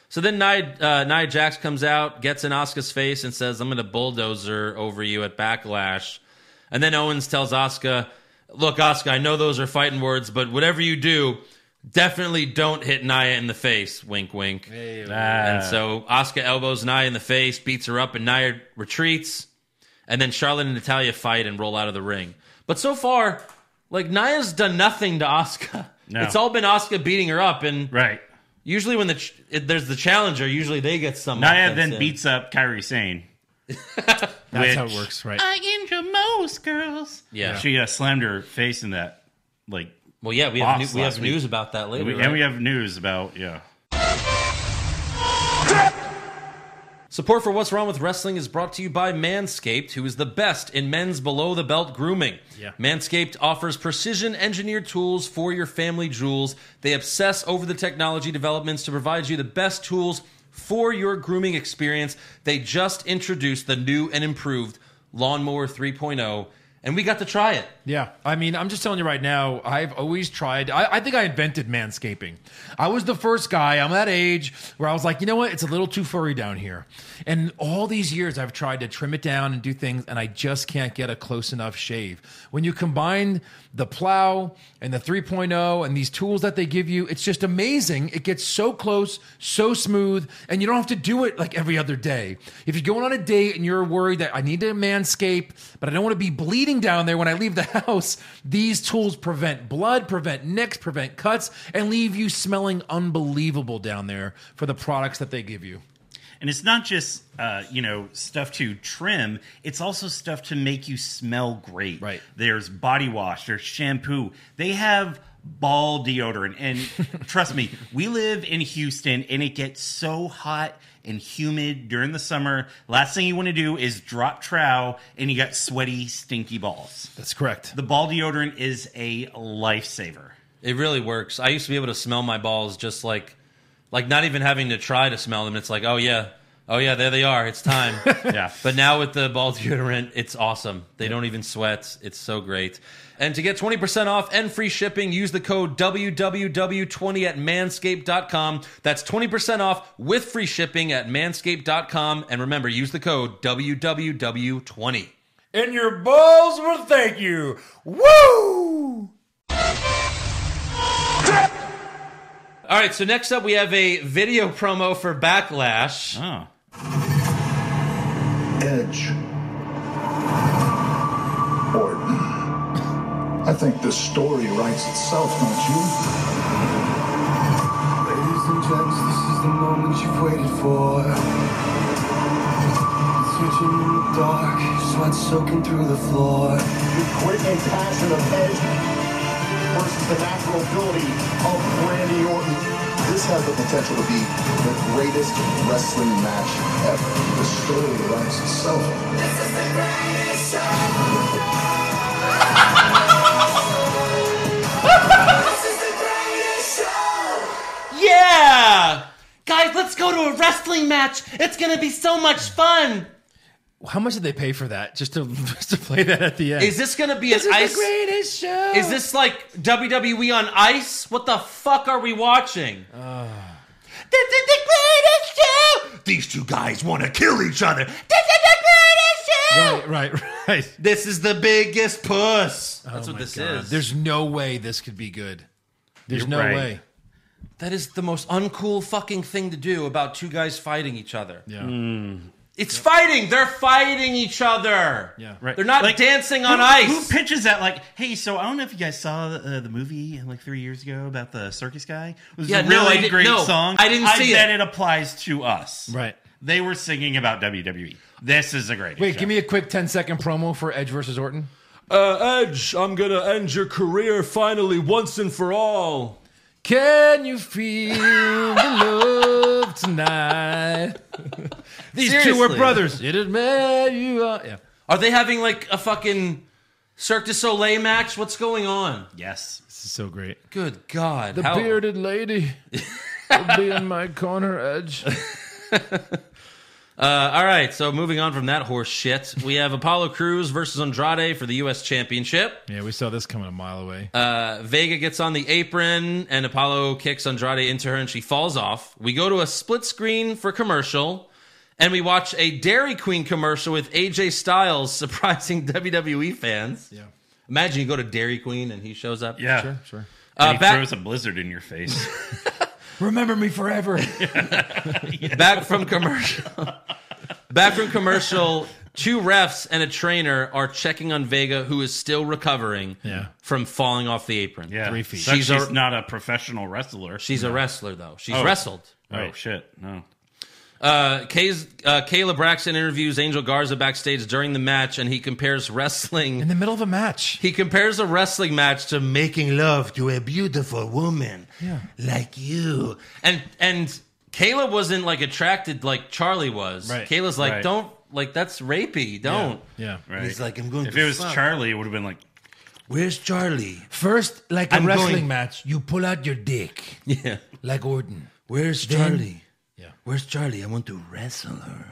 Speaker 1: So then Nia, uh, Nia Jax comes out, gets in Asuka's face, and says, I'm going to bulldozer over you at Backlash. And then Owens tells Asuka, Look, Asuka, I know those are fighting words, but whatever you do, definitely don't hit Nia in the face. Wink, wink. And so Asuka elbows Nia in the face, beats her up, and Nia retreats. And then Charlotte and Natalia fight and roll out of the ring. But so far, like Nia's done nothing to Asuka.
Speaker 5: No.
Speaker 1: It's all been Asuka beating her up, and
Speaker 5: Right.
Speaker 1: usually when the ch- if there's the challenger, usually they get some.
Speaker 5: Naya
Speaker 1: offense
Speaker 5: then
Speaker 1: in.
Speaker 5: beats up Kyrie Sane.
Speaker 4: That's how
Speaker 5: Which-
Speaker 4: it works. Right.
Speaker 5: I injure most girls.
Speaker 1: Yeah.
Speaker 5: She uh, slammed her face in that. Like,
Speaker 1: Well, yeah, we have,
Speaker 5: Boss
Speaker 1: new- we have
Speaker 5: last week.
Speaker 1: news about that later.
Speaker 5: we,
Speaker 1: right?
Speaker 5: and we have news about yeah.
Speaker 1: Support for What's Wrong with Wrestling is brought to you by Manscaped, who is the best in men's below the belt grooming.
Speaker 4: Yeah.
Speaker 1: Manscaped offers precision engineered tools for your family jewels. They obsess over the technology developments to provide you the best tools for your grooming experience. They just introduced the new and improved Lawnmower 3.0, and we got to try it.
Speaker 4: Yeah. I mean, I'm just telling you right now, I've always tried. I, I think I invented manscaping. I was the first guy, I'm that age where I was like, you know what? It's a little too furry down here. And all these years, I've tried to trim it down and do things, and I just can't get a close enough shave. When you combine the plow and the 3.0 and these tools that they give you, it's just amazing. It gets so close, so smooth, and you don't have to do it like every other day. If you're going on a date and you're worried that I need to manscape, but I don't want to be bleeding down there when I leave the house, these tools prevent blood, prevent nicks, prevent cuts, and leave you smelling unbelievable down there for the products that they give you.
Speaker 5: And it's not just uh, you know stuff to trim; it's also stuff to make you smell great.
Speaker 4: Right.
Speaker 5: There's body wash. There's shampoo. They have ball deodorant, and trust me, we live in Houston, and it gets so hot and humid during the summer. Last thing you want to do is drop trow, and you got sweaty, stinky balls.
Speaker 4: That's correct.
Speaker 5: The ball deodorant is a lifesaver.
Speaker 1: It really works. I used to be able to smell my balls just like, like not even having to try to smell them. It's like, oh yeah, Oh yeah, there they are. It's time.
Speaker 5: Yeah.
Speaker 1: But now with the ball deodorant, it's awesome. They don't even sweat. It's so great. And to get 20% off and free shipping, use the code WWW20 at manscaped.com. That's 20% off with free shipping at manscaped.com. And remember, use the code WWW20.
Speaker 4: And your balls will thank you. Woo!
Speaker 1: All right, so next up we have a video promo for Backlash.
Speaker 5: Oh.
Speaker 2: Edge. Orton. I think this story writes itself, don't you?
Speaker 6: Ladies and gents, this is the moment you've waited for. Switching in the dark, sweat soaking through the floor.
Speaker 2: The quick and passion of Edge versus the natural ability of Randy Orton. This has the potential to be the greatest wrestling match ever. The story writes itself.
Speaker 1: Yeah! Guys, let's go to a wrestling match. It's going to be so much fun.
Speaker 4: How much did they pay for that just to just to play that at the end?
Speaker 1: Is this going to be an ice?
Speaker 4: greatest show?
Speaker 1: Is this like WWE on ice? What the fuck are we watching? This is the greatest show. These two guys want to kill each other. This is the greatest show.
Speaker 4: right? Right? Right?
Speaker 1: This is the biggest puss. That's
Speaker 4: Oh
Speaker 1: what
Speaker 4: my
Speaker 1: this
Speaker 4: God.
Speaker 1: is.
Speaker 4: There's no way this could be good. There's
Speaker 5: You're
Speaker 4: no
Speaker 5: right.
Speaker 4: way.
Speaker 1: that is the most uncool fucking thing to do about two guys fighting each other.
Speaker 4: Yeah.
Speaker 1: It's fighting. They're fighting each other.
Speaker 4: Yeah.
Speaker 5: Right.
Speaker 1: They're not
Speaker 5: Like,
Speaker 1: dancing on
Speaker 5: who,
Speaker 1: ice.
Speaker 5: Who pitches that? Like, hey, so I don't know if you guys saw uh, the movie like three years ago about the circus guy. It was
Speaker 1: Yeah,
Speaker 5: a
Speaker 1: no, I
Speaker 5: really
Speaker 1: didn't-
Speaker 5: great
Speaker 1: no,
Speaker 5: song.
Speaker 1: I didn't see
Speaker 5: bet
Speaker 1: it.
Speaker 5: it applies to us.
Speaker 4: Right.
Speaker 5: They were singing about WWE. This is a great.
Speaker 4: Wait, give me a quick 10 second promo for Edge versus Orton.
Speaker 1: Uh, Edge, I'm gonna end your career finally once and for all.
Speaker 4: Can you feel the love tonight? These two were
Speaker 1: Seriously.
Speaker 4: brothers. It is mad you are. Yeah.
Speaker 1: Are they having like a fucking Cirque du Soleil match? What's going on?
Speaker 5: Yes.
Speaker 4: This is so great.
Speaker 1: Good God.
Speaker 4: The
Speaker 1: how-
Speaker 4: bearded lady will be in my corner, Edge.
Speaker 1: Uh, all right, so moving on from that horse shit, we have Apollo Cruz versus Andrade for the U.S. Championship.
Speaker 4: Yeah, we saw this coming a mile away.
Speaker 1: Uh, Vega gets on the apron, and Apollo kicks Andrade into her, and she falls off. We go to a split screen for commercial, and we watch a Dairy Queen commercial with AJ Styles surprising WWE fans.
Speaker 4: yeah.
Speaker 1: Imagine you go to Dairy Queen and he shows up.
Speaker 5: Yeah.
Speaker 4: Sure, sure.
Speaker 5: And
Speaker 1: Uh,
Speaker 5: he
Speaker 1: back-
Speaker 5: throws a blizzard in your face.
Speaker 4: Remember me forever.
Speaker 1: back from commercial back from commercial two refs and a trainer are checking on vega who is still recovering
Speaker 4: Yeah.
Speaker 1: from falling off the apron
Speaker 5: yeah.
Speaker 4: Three feet.
Speaker 5: Sucks
Speaker 1: She's
Speaker 5: She's,
Speaker 1: a-
Speaker 5: not a professional wrestler.
Speaker 1: she's a wrestler though she's
Speaker 5: Oh.
Speaker 1: wrestled
Speaker 5: oh shit. No.
Speaker 1: uh, Kay's, uh, Kayla Braxton interviews Angel Garza backstage during the match, and he compares
Speaker 4: In
Speaker 1: wrestling.
Speaker 4: the middle of a match.
Speaker 1: He compares a wrestling match to making love to a beautiful woman
Speaker 4: Yeah.
Speaker 1: like you. And and Kayla wasn't like attracted like Charlie was.
Speaker 4: Right.
Speaker 1: Kayla's like,
Speaker 5: Right.
Speaker 1: don't like that's rapey. Don't.
Speaker 4: Yeah.
Speaker 5: Right.
Speaker 1: He's like, I'm going
Speaker 5: If
Speaker 1: to
Speaker 5: it was
Speaker 1: fuck.
Speaker 5: Charlie, it would have been like,
Speaker 1: Where's Charlie?
Speaker 4: First, like a
Speaker 1: I'm
Speaker 4: wrestling
Speaker 1: going-
Speaker 4: match, you pull out your dick,
Speaker 1: Yeah.
Speaker 4: like Orton.
Speaker 1: Where's
Speaker 4: Then-
Speaker 1: Charlie?
Speaker 4: Yeah.
Speaker 1: Where's Charlie? I want to wrestle her.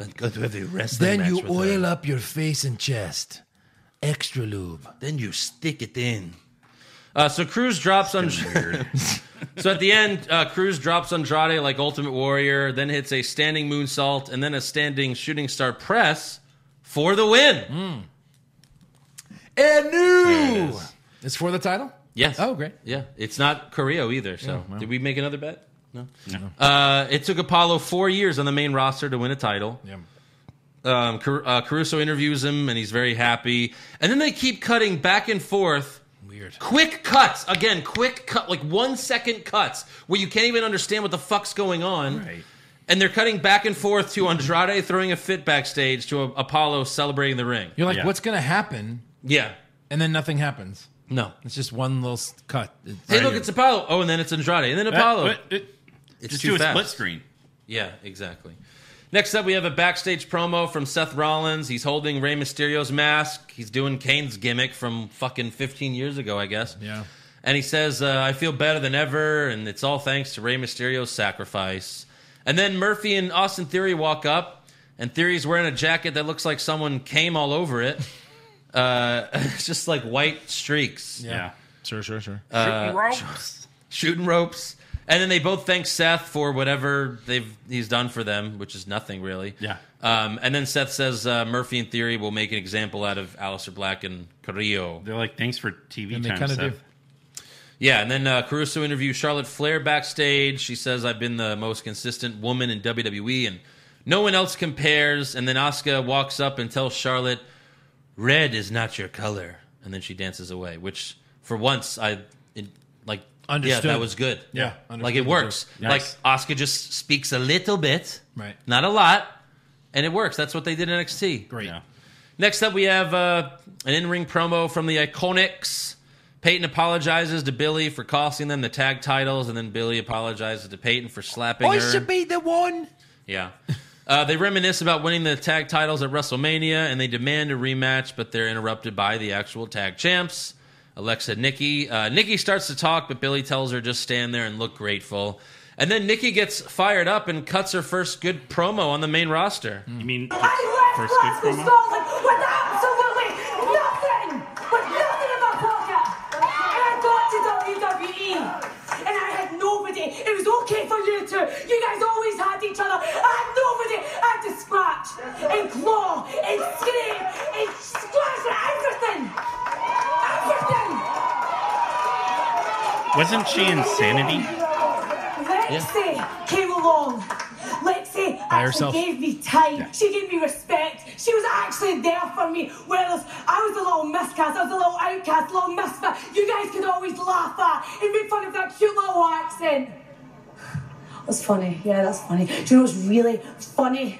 Speaker 1: I'm going to have a wrestling
Speaker 4: Then
Speaker 1: match
Speaker 4: you
Speaker 1: with
Speaker 4: oil
Speaker 1: her.
Speaker 4: up your face and chest. Extra lube.
Speaker 1: Then you stick it in. Uh, so Cruz drops on. so at the end, uh, Cruz drops Andrade like Ultimate Warrior, then hits a standing moonsault, and then a standing shooting star press for the win.
Speaker 4: Mm. And
Speaker 5: There it
Speaker 4: new.
Speaker 5: is.
Speaker 4: It's for the title?
Speaker 1: Yes.
Speaker 4: Oh, great.
Speaker 1: Yeah, it's not Carrillo either. So,
Speaker 4: well.
Speaker 1: did we make another bet? No. Uh, it took Apollo four years on the main roster to win a title.
Speaker 4: Yeah.
Speaker 1: Um, Car- uh, Caruso interviews him, and he's very happy. And then they keep cutting back and forth.
Speaker 4: Weird.
Speaker 1: Quick cuts again. Quick cut, like one second cuts, where you can't even understand what the fuck's going on.
Speaker 5: Right.
Speaker 1: And they're cutting back and forth to Andrade throwing a fit backstage to a- Apollo celebrating the ring.
Speaker 4: You're like,
Speaker 5: Yeah.
Speaker 4: what's going to happen?
Speaker 1: Yeah.
Speaker 4: And then nothing happens.
Speaker 1: No.
Speaker 4: It's just one little s- cut. It's
Speaker 1: Hey, look, it's Apollo. Oh, and then it's Andrade, and then
Speaker 5: "That-
Speaker 1: Apollo.
Speaker 5: what- it-
Speaker 1: it's
Speaker 5: just
Speaker 1: too
Speaker 5: do a
Speaker 1: fast.
Speaker 5: split screen.
Speaker 1: Yeah, exactly. Next up, we have a backstage promo from Seth Rollins. He's holding Rey Mysterio's mask. He's doing Kane's gimmick from fucking 15 years ago, I guess.
Speaker 4: Yeah.
Speaker 1: And he says, uh, I feel better than ever, and it's all thanks to Rey Mysterio's sacrifice. And then Murphy and Austin Theory walk up, and Theory's wearing a jacket that looks like someone came all over it. Uh, it's just like white streaks,
Speaker 5: Yeah.
Speaker 4: Sure, sure, sure.
Speaker 1: Uh,
Speaker 5: Ropes.
Speaker 1: shooting ropes. And then they both thank Seth for whatever they've he's done for them, which is nothing really.
Speaker 5: Yeah.
Speaker 1: Um, and then Seth says uh, Murphy and Theory will make an example out of Alistair Black and Carrillo.
Speaker 5: They're like, thanks for TV
Speaker 4: And they
Speaker 5: time.
Speaker 4: kinda
Speaker 5: Seth."
Speaker 4: do.
Speaker 1: Yeah, and then uh, Caruso interviews Charlotte Flair backstage. She says, "I've been the most consistent woman in WWE, and no one else compares." And then Asuka walks up and tells Charlotte, "Red is not your color." And then she dances away, which for once I it, like.
Speaker 4: Understood.
Speaker 1: Yeah, that was good.
Speaker 4: Yeah,
Speaker 1: like it
Speaker 4: understood.
Speaker 1: works.
Speaker 5: Nice.
Speaker 1: Like Asuka just speaks a little bit,
Speaker 4: Right.
Speaker 1: Not a lot, and it works. That's what they did in NXT.
Speaker 4: Great.
Speaker 5: Yeah.
Speaker 1: Next up, we have uh, an in ring promo from the Iconics. Peyton apologizes to Billy for costing them the tag titles, and then Billy apologizes to Peyton for slapping
Speaker 4: I
Speaker 1: her.
Speaker 4: should be the one.
Speaker 1: yeah. Uh, they reminisce about winning the tag titles at WrestleMania, and they demand a rematch, but they're interrupted by the actual tag champs, Alexa and Nikki. Uh, Nikki starts to talk, but Billy tells her just stand there and look grateful. And then Nikki gets fired up and cuts her first good promo on the main roster.
Speaker 5: You mean
Speaker 7: My
Speaker 5: the
Speaker 7: US
Speaker 5: first good
Speaker 7: was
Speaker 5: promo?
Speaker 7: stolen with absolutely nothing, with nothing in my pocket. And I got to WWE. And I had nobody. It was okay for you two. You guys always had each other. I had nobody. I had to scratch and claw and scrape and scratch at everything. Everything.
Speaker 5: Wasn't she insanity?
Speaker 7: Lexi came along. Lexi actually
Speaker 4: herself.
Speaker 7: gave me time. She gave me respect. She was actually there for me. Whereas I was a little miscast, I was a little outcast, little misfit. You guys could always laugh at and make fun of that cute little accent. That's funny. Yeah, that's funny. Do you know what's really funny?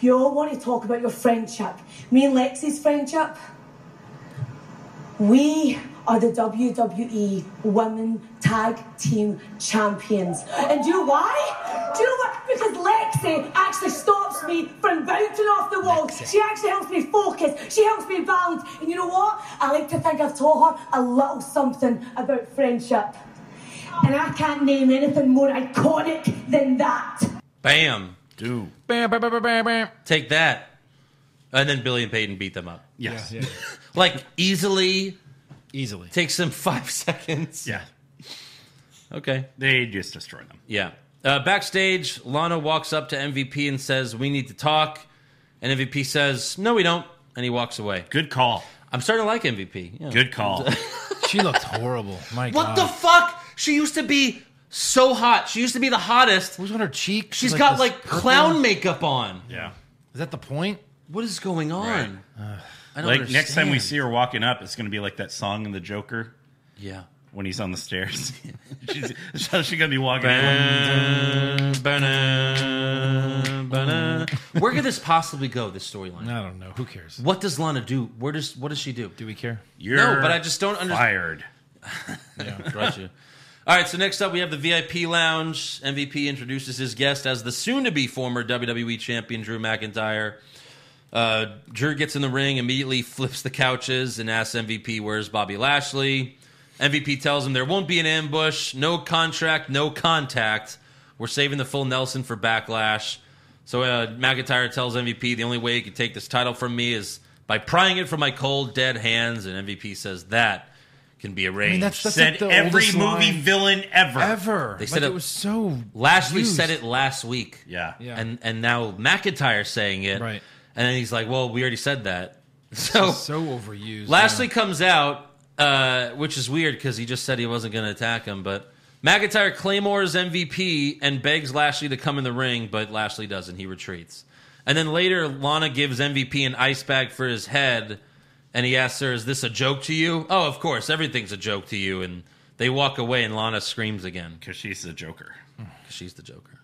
Speaker 7: You all want to talk about your friendship. Me and Lexi's friendship. We are the WWE Women Tag Team Champions. And do you know why? Do you know what? Because Lexi actually stops me from bouncing off the wall. She actually helps me focus. She helps me balance. And you know what? I like to think I've taught her a little something about friendship. And I can't name anything more iconic than that.
Speaker 1: Bam.
Speaker 5: Dude.
Speaker 4: Bam, bam, bam, bam, bam, bam.
Speaker 1: Take that. And then Billy and Peyton beat them up.
Speaker 5: Yes. Yeah.
Speaker 1: Like easily
Speaker 4: Easily.
Speaker 1: takes them five seconds. Okay.
Speaker 5: They just destroyed them.
Speaker 1: Yeah. Uh, backstage, Lana walks up to MVP and says, We need to talk. And MVP says, No, we don't. And he walks away.
Speaker 5: Good call.
Speaker 1: I'm starting to like MVP. Yeah.
Speaker 5: Good call.
Speaker 4: She looked horrible. My
Speaker 1: What
Speaker 4: God.
Speaker 1: the fuck? She used to be so hot. She used to be the hottest.
Speaker 4: It was on her cheek.
Speaker 1: She's
Speaker 4: She's
Speaker 1: got like clown makeup on.
Speaker 5: yeah.
Speaker 4: Is that the point?
Speaker 1: What is going on? I don't
Speaker 5: Like next time we
Speaker 1: understand.
Speaker 5: see her walking up, it's going to be like that song in The Joker
Speaker 1: Yeah.
Speaker 5: when he's on the stairs. she's, that's how she's going to be walking.
Speaker 1: Where could this possibly go? This storyline.
Speaker 4: I don't know. Who cares?
Speaker 1: What does Lana do? Where does what does she do?
Speaker 4: Do we care?
Speaker 5: You're
Speaker 1: No, but I just don't understand.
Speaker 5: Fired.
Speaker 1: Right, you. All right, so next up we have the VIP Lounge. MVP introduces his guest as the soon-to-be former WWE Champion Drew McIntyre. Uh, Drew gets in the ring, immediately flips the couches, and asks MVP, "Where's Bobby Lashley?" MVP tells him there won't be an ambush, no contract, no contact. We're saving the full Nelson for backlash. So uh, McIntyre tells MVP the only way you can take this title from me is by prying it from my cold, dead hands. And MVP says that can be arranged.
Speaker 4: that's- that's
Speaker 5: Said
Speaker 4: like the
Speaker 5: every
Speaker 4: oldest
Speaker 5: movie
Speaker 4: line
Speaker 5: villain ever.
Speaker 4: Ever.
Speaker 1: They
Speaker 4: like,
Speaker 1: said
Speaker 4: it,
Speaker 1: it-
Speaker 4: was so.
Speaker 1: Lashley
Speaker 4: used.
Speaker 1: said it last week.
Speaker 5: Yeah.
Speaker 4: Yeah.
Speaker 1: And and now McIntyre's saying it.
Speaker 4: Right.
Speaker 1: And then he's like, Well, we already said that. So,
Speaker 4: So overused.
Speaker 1: Lashley comes out, uh, which is weird because he just said he wasn't gonna attack him, but McIntyre claymores MVP and begs Lashley to come in the ring, but Lashley doesn't. He retreats. And then later Lana gives MVP an ice bag for his head and he asks her, Is this a joke to you? Oh, of course, everything's a joke to you and they walk away and Lana screams again
Speaker 5: Because she's the Joker.
Speaker 1: because she's the Joker.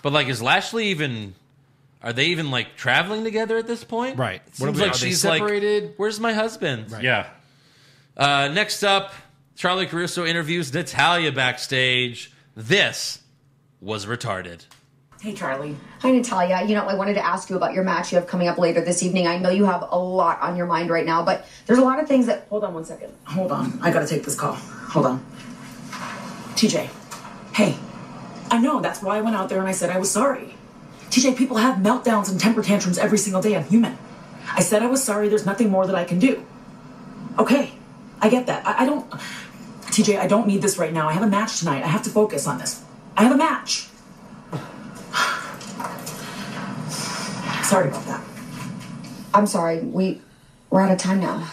Speaker 1: But like, is Lashley even? Are they even like traveling together at this point?
Speaker 4: Right.
Speaker 1: It
Speaker 4: What are
Speaker 1: seems
Speaker 4: we-
Speaker 1: like
Speaker 4: are they
Speaker 1: she's
Speaker 4: separated?
Speaker 1: like, "Where's my husband?"
Speaker 5: Yeah.
Speaker 1: Uh, next up, Charlie Caruso interviews Natalia backstage. This was retarded.
Speaker 7: Hey, Charlie.
Speaker 8: Hi, Natalia. You know, I wanted to ask you about your match you have coming up later this evening. I know you have a lot on your mind right now, but there's a lot of things that.
Speaker 7: Hold on one second. Hold on. I gotta take this call. Hold on. TJ. Hey, I know. Oh, That's why I went out there and I said I was sorry. TJ, people have meltdowns and temper tantrums every single day. I'm human. I said I was sorry. There's nothing more that I can do. Okay, I get that. I, I don't. TJ, I don't need this right now. I have a match tonight. I have to focus on this. I have a match. Sorry about that.
Speaker 8: I'm sorry. We we're out of time now.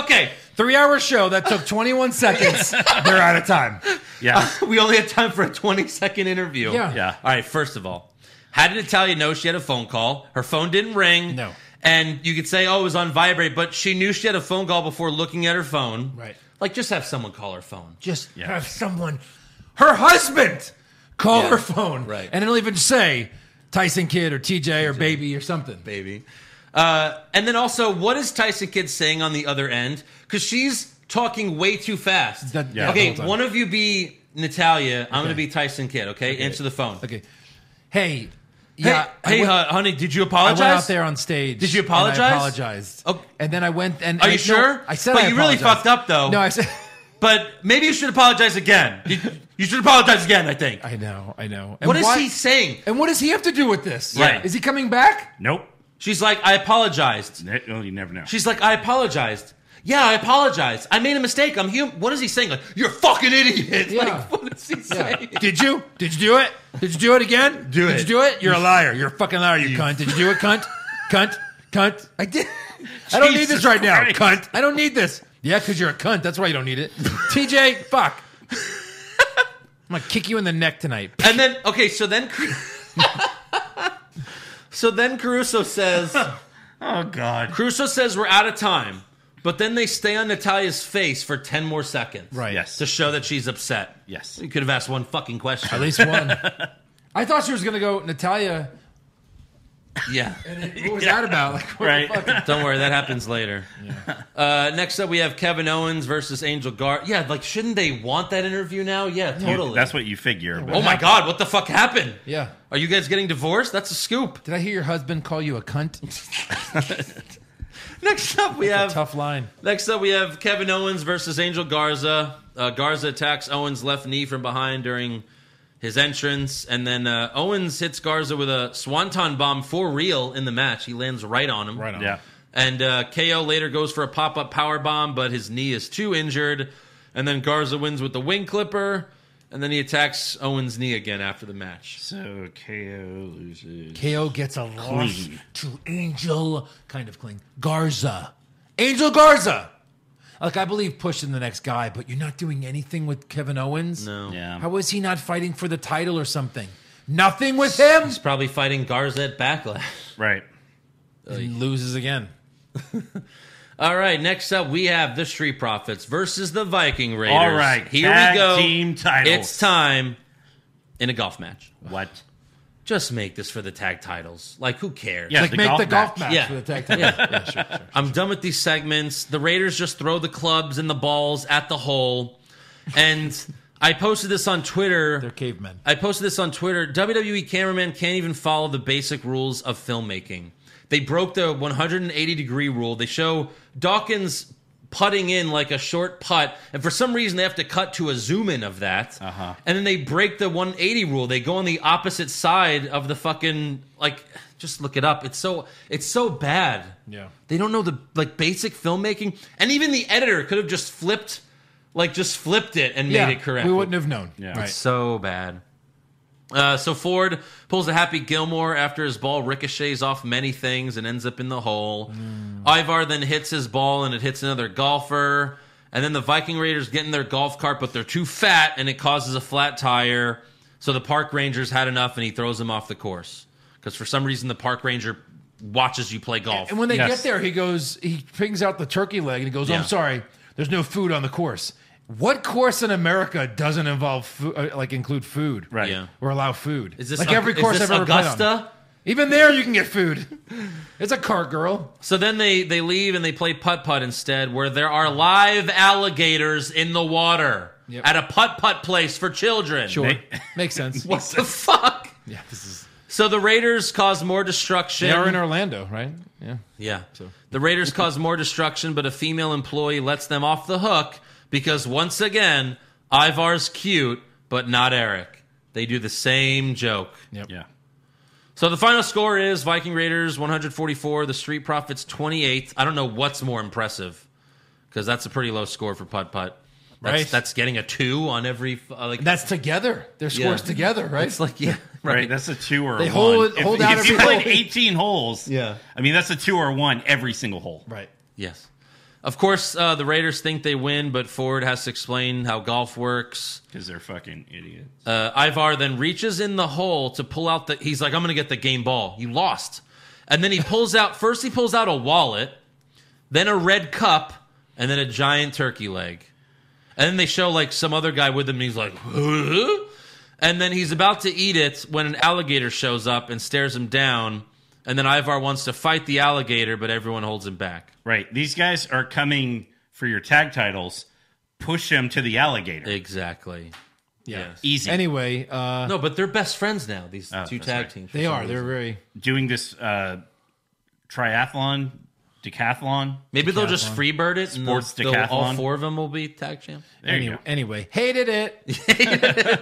Speaker 1: Okay,
Speaker 4: Three hour show that took 21 seconds. They're out of time.
Speaker 5: Yeah.
Speaker 1: we only had time for a 20 second interview.
Speaker 4: Yeah.
Speaker 5: Yeah.
Speaker 1: All right, first of all, how did Natalia know she had a phone call? Her phone didn't ring.
Speaker 4: No.
Speaker 1: And you could say, oh, it was on vibrate, but she knew she had a phone call before looking at her phone.
Speaker 4: Right.
Speaker 1: Like, just have someone call her phone.
Speaker 4: Just have someone, her husband, call
Speaker 1: Yeah.
Speaker 4: her phone.
Speaker 1: Right.
Speaker 4: And it'll even say Tyson Kid or TJ, or Baby or something.
Speaker 1: baby. Uh, and then also, what is Tyson Kidd saying on the other end? Because she's talking way too fast.
Speaker 4: That- yeah, the
Speaker 1: okay,
Speaker 4: whole time.
Speaker 1: one of you be Natalia. I'm going to be Tyson Kidd. Okay? answer the phone.
Speaker 4: Okay.
Speaker 1: Hey,
Speaker 4: Hey. Yeah. I
Speaker 1: hey,
Speaker 4: went-
Speaker 1: uh, honey, did you
Speaker 4: I
Speaker 1: apologize?
Speaker 4: went out there on stage.
Speaker 1: Did you
Speaker 4: and
Speaker 1: apologize?
Speaker 4: I apologized.
Speaker 1: Oh.
Speaker 4: And then I went and.
Speaker 1: Are
Speaker 4: and
Speaker 1: you
Speaker 4: I-
Speaker 1: sure?
Speaker 4: I said
Speaker 1: But
Speaker 4: I
Speaker 1: you really
Speaker 4: apologized.
Speaker 1: fucked up, though.
Speaker 4: No, I said.
Speaker 1: But maybe you should apologize again. You, you should apologize again. I think.
Speaker 4: I know, I know. And
Speaker 1: What is
Speaker 4: why-
Speaker 1: he saying?
Speaker 4: And what does he have to do with this?
Speaker 1: Right.
Speaker 4: Is he coming back?
Speaker 5: Nope.
Speaker 1: She's like, I apologized.
Speaker 5: That- Well, you never know.
Speaker 1: She's like, I apologized. Yeah, I apologized. I made a mistake. I'm human. What is he saying? Like, you're a fucking idiot.
Speaker 4: Yeah.
Speaker 1: Like, what is he saying?
Speaker 4: Did you? Did you do it? Did you do it again?
Speaker 1: Do
Speaker 4: Did
Speaker 1: it.
Speaker 4: you do it? You're a liar. You're a fucking liar, you, cunt. Did you do it, cunt? Cunt? Cunt? I did. I don't need
Speaker 5: Jesus
Speaker 4: this right
Speaker 5: Christ.
Speaker 4: now, cunt. I don't need this. Yeah, because you're a cunt. That's why you don't need it. TJ, fuck. I'm going to kick you in the neck tonight.
Speaker 1: And then okay, so then Caru- So then Caruso says
Speaker 5: oh God.
Speaker 1: Caruso says we're out of time. But then they stay on Natalia's face for 10 more seconds.
Speaker 4: Right.
Speaker 5: Yes.
Speaker 1: To show that she's upset.
Speaker 5: Yes.
Speaker 1: You could have asked one fucking question.
Speaker 4: At least one. I thought she was going to go, Natalia,
Speaker 1: yeah.
Speaker 4: what was that about? Like, what
Speaker 5: Right.
Speaker 4: the fuck?
Speaker 1: Don't worry, that happens later. Uh, next up, we have Kevin Owens versus Angel Gar. Yeah, like, shouldn't they want that interview now? Yeah,
Speaker 5: You-
Speaker 1: totally.
Speaker 5: that's what you figure. but-
Speaker 1: oh my God, what the fuck happened?
Speaker 4: Yeah.
Speaker 1: Are you guys getting divorced? That's a scoop.
Speaker 4: Did I hear your husband call you a cunt?
Speaker 1: Next up, we have
Speaker 4: Tough line.
Speaker 1: Next up, we have Kevin Owens versus Angel Garza. Uh, Garza attacks Owens' left knee from behind during his entrance, and then uh, Owens hits Garza with a swanton bomb for real in the match. He lands right on him.
Speaker 4: Right on.
Speaker 5: Yeah.
Speaker 1: And uh, KO later goes for a pop up power bomb, but his knee is too injured. And then Garza wins with the wing clipper, and then he attacks Owens' knee again after the match.
Speaker 5: So KO loses.
Speaker 4: KO gets a loss
Speaker 5: Clean.
Speaker 4: to Angel, kind of clean. Garza. Angel Garza! Like, I believe pushing the next guy, but you're not doing anything with Kevin Owens? No.
Speaker 5: Yeah.
Speaker 4: How is he not fighting for the title or something? Nothing with him?
Speaker 1: He's probably fighting Garza at Backlash.
Speaker 5: Right.
Speaker 4: And he loses again.
Speaker 1: All right, next up we have the Street Profits versus the Viking Raiders.
Speaker 5: All right,
Speaker 1: here
Speaker 5: tag
Speaker 1: we go.
Speaker 5: team titles.
Speaker 1: It's time in a golf match.
Speaker 5: What?
Speaker 1: Just make this for the tag titles. Like, who cares?
Speaker 5: Yeah,
Speaker 4: like,
Speaker 5: the
Speaker 4: make
Speaker 5: golf
Speaker 4: the golf
Speaker 5: match.
Speaker 4: match,
Speaker 1: Yeah.
Speaker 4: for the tag team.
Speaker 1: Yeah.
Speaker 4: sure, sure.
Speaker 1: I'm done with these segments. The Raiders just throw the clubs and the balls at the hole. And I posted this on
Speaker 4: They're
Speaker 1: Twitter.
Speaker 4: cavemen.
Speaker 1: I posted this on Twitter. WWE cameramen can't even follow the basic rules of filmmaking. They broke the 180 degree rule. They show Dawkins putting in like a short putt, and for some reason they have to cut to a zoom in of that. Uh-huh. And then they break the 180 rule. They go on the opposite side of the fucking like. Just look it up. It's so it's so bad.
Speaker 4: Yeah.
Speaker 1: they don't know the like basic filmmaking, and even the editor could have just flipped, like just flipped it and
Speaker 4: Yeah,
Speaker 1: made it correct.
Speaker 4: We wouldn't have known. Yeah.
Speaker 1: It's so bad. Uh, so Ford pulls a Happy Gilmore after his ball ricochets off many things and ends up in the hole. Ivar then hits his ball and it hits another golfer. And then the Viking Raiders get in their golf cart, but they're too fat and it causes a flat tire. So the park ranger's had enough and he throws them off the course. Because for some reason, the park ranger watches you play golf.
Speaker 4: And when they
Speaker 5: Yes.
Speaker 4: get there, he goes, he brings out the turkey leg and he goes,
Speaker 1: Yeah.
Speaker 4: I'm sorry, there's no food on the course. What course in America doesn't involve food, uh, like include food,
Speaker 5: Right.
Speaker 1: Yeah.
Speaker 4: Or allow food?
Speaker 1: Is this,
Speaker 4: like every
Speaker 1: is
Speaker 4: course
Speaker 1: this
Speaker 4: I've ever played on.
Speaker 1: Augusta?
Speaker 4: Even there, you can get food. It's a cart girl.
Speaker 1: So then they, they leave and they play putt putt instead, where there are live alligators in the water
Speaker 4: Yep.
Speaker 1: at a putt putt place for children.
Speaker 4: Sure, makes sense.
Speaker 1: What the fuck?
Speaker 4: Yeah, this is.
Speaker 1: So the Raiders cause more destruction.
Speaker 4: They are in Orlando, right? Yeah.
Speaker 1: yeah. The Raiders cause more destruction, but a female employee lets them off the hook because once again, Ivar's cute but not Eric. They do the same joke.
Speaker 5: Yeah.
Speaker 1: So the final score is Viking Raiders 144, the Street Profits 28. I don't know what's more impressive because that's a pretty low score for putt putt. That's,
Speaker 4: Right.
Speaker 1: that's getting a two on every uh, like.
Speaker 4: That's together. Their scores
Speaker 1: Yeah.
Speaker 4: together, right?
Speaker 1: it's like yeah,
Speaker 5: Right.
Speaker 1: right.
Speaker 5: That's a two or a
Speaker 4: They
Speaker 5: one.
Speaker 4: hold-
Speaker 5: if,
Speaker 4: hold
Speaker 5: if
Speaker 4: out every
Speaker 5: you played
Speaker 4: hole.
Speaker 5: 18 holes,
Speaker 1: Yeah.
Speaker 5: I mean, that's a two or a one every single hole.
Speaker 4: right.
Speaker 1: Yes. Of course, uh, the Raiders think they win, but Ford has to explain how golf works.
Speaker 5: Because they're fucking idiots.
Speaker 1: Uh, Ivar then reaches in the hole to pull out the. He's like, I'm going to get the game ball. You lost. And then he pulls out, first, he pulls out a wallet, then a red cup, and then a giant turkey leg. And then they show like some other guy with him, and he's like, "Huh?" and then he's about to eat it when an alligator shows up and stares him down. And then Ivar wants to fight the alligator, but everyone holds him back.
Speaker 5: Right. These guys are coming for your tag titles. Push them to the alligator.
Speaker 1: Exactly. Yeah.
Speaker 5: Easy.
Speaker 4: Anyway, uh,
Speaker 1: No, but they're best friends now. These
Speaker 5: Oh,
Speaker 1: two
Speaker 5: that's
Speaker 1: tag
Speaker 5: right.
Speaker 1: teams. for
Speaker 4: they
Speaker 1: some
Speaker 4: are. They're
Speaker 1: reason.
Speaker 4: very.
Speaker 5: Doing this uh, triathlon, decathlon.
Speaker 1: Maybe they'll just freebird it. and
Speaker 5: Sports
Speaker 1: they'll- they'll- All
Speaker 5: decathlon.
Speaker 1: four of them will be tag champ.
Speaker 5: There you
Speaker 4: anyway,
Speaker 5: go.
Speaker 4: anyway, hated it.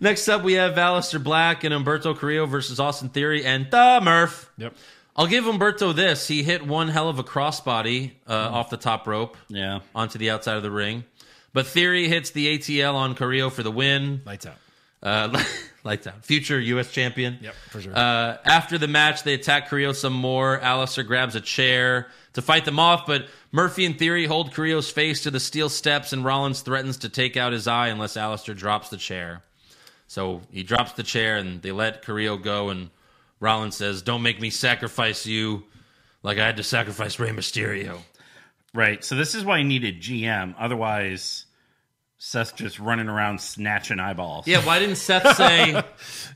Speaker 1: Next up, we have Aleister Black and Umberto Carrillo versus Austin Theory and The Murph.
Speaker 4: Yep.
Speaker 1: I'll give Umberto this. He hit one hell of a crossbody uh,
Speaker 5: Mm-hmm.
Speaker 1: off the top rope
Speaker 5: Yeah.
Speaker 1: onto the outside of the ring. But Theory hits the ATL on Carrillo for the win.
Speaker 4: Lights out.
Speaker 1: Uh, lights out. Future U.S. champion.
Speaker 4: Yep, for sure.
Speaker 1: Uh, after the match, they attack Carrillo some more. Alistair grabs a chair to fight them off, but Murphy and Theory hold Carrillo's face to the steel steps, and Rollins threatens to take out his eye unless Alistair drops the chair. So he drops the chair, and they let Carrillo go, and Rollins says, Don't make me sacrifice you like I had to sacrifice Rey Mysterio.
Speaker 5: Right. So this is why you needed GM. Otherwise, Seth's just running around snatching eyeballs.
Speaker 1: Yeah, why didn't Seth say,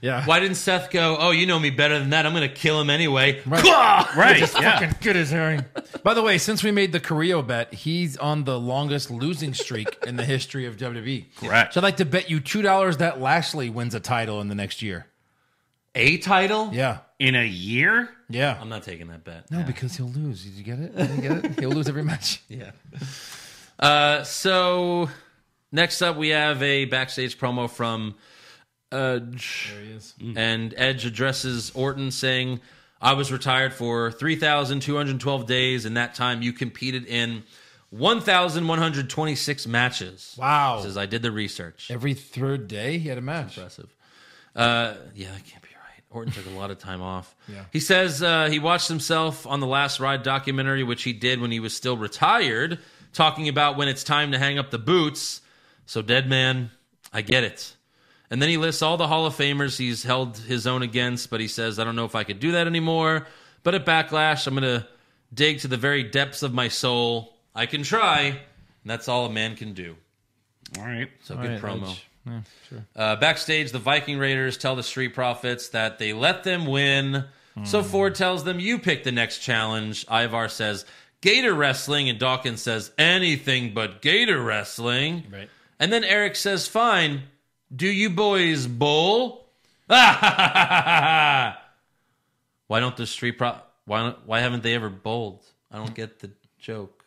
Speaker 4: Yeah.
Speaker 1: Why didn't Seth go, Oh, you know me better than that. I'm going to kill him anyway.
Speaker 5: Right. yeah.
Speaker 4: Fucking good as herring. By the way, since we made the Carrillo bet, he's on the longest losing streak in the history of WWE.
Speaker 5: Correct.
Speaker 4: So I'd like to bet you two dollars that Lashley wins a title in the next year.
Speaker 1: A title?
Speaker 4: Yeah.
Speaker 5: In a year?
Speaker 4: Yeah.
Speaker 1: I'm not taking that bet.
Speaker 4: no, because he'll lose. Did you get it? Did you get it? He'll lose every match.
Speaker 1: Yeah. Uh, so next up, we have a backstage promo from Edge. There he is. And Edge addresses Orton saying, I was retired for 3,212 days. In that time, you competed in 1,126 matches.
Speaker 4: Wow.
Speaker 1: Says, I did the research.
Speaker 4: Every third day he had a match.
Speaker 1: Impressive. Uh, yeah, that can't be right. Orton took a lot of time off.
Speaker 4: Yeah.
Speaker 1: He says uh, he watched himself on the Last Ride documentary, which he did when he was still retired, talking about when it's time to hang up the boots. So, Dead Man, I get it. And then he lists all the Hall of Famers he's held his own against, but he says, I don't know if I could do that anymore. But at Backlash, I'm going to dig to the very depths of my soul. I can try. And that's all a man can do.
Speaker 5: All right.
Speaker 1: So, good
Speaker 4: right,
Speaker 1: promo.
Speaker 4: Edge.
Speaker 1: Uh, backstage, the Viking Raiders tell the Street Profits that they let them win. So
Speaker 4: Hmm.
Speaker 1: Ford tells them, You pick the next challenge. Ivar says, Gator wrestling. And Dawkins says, Anything but gator wrestling.
Speaker 4: Right.
Speaker 1: And then Eric says, Fine, do you boys bowl? why don't the Street Pro. Why, don't, why haven't they ever bowled? I don't get the joke.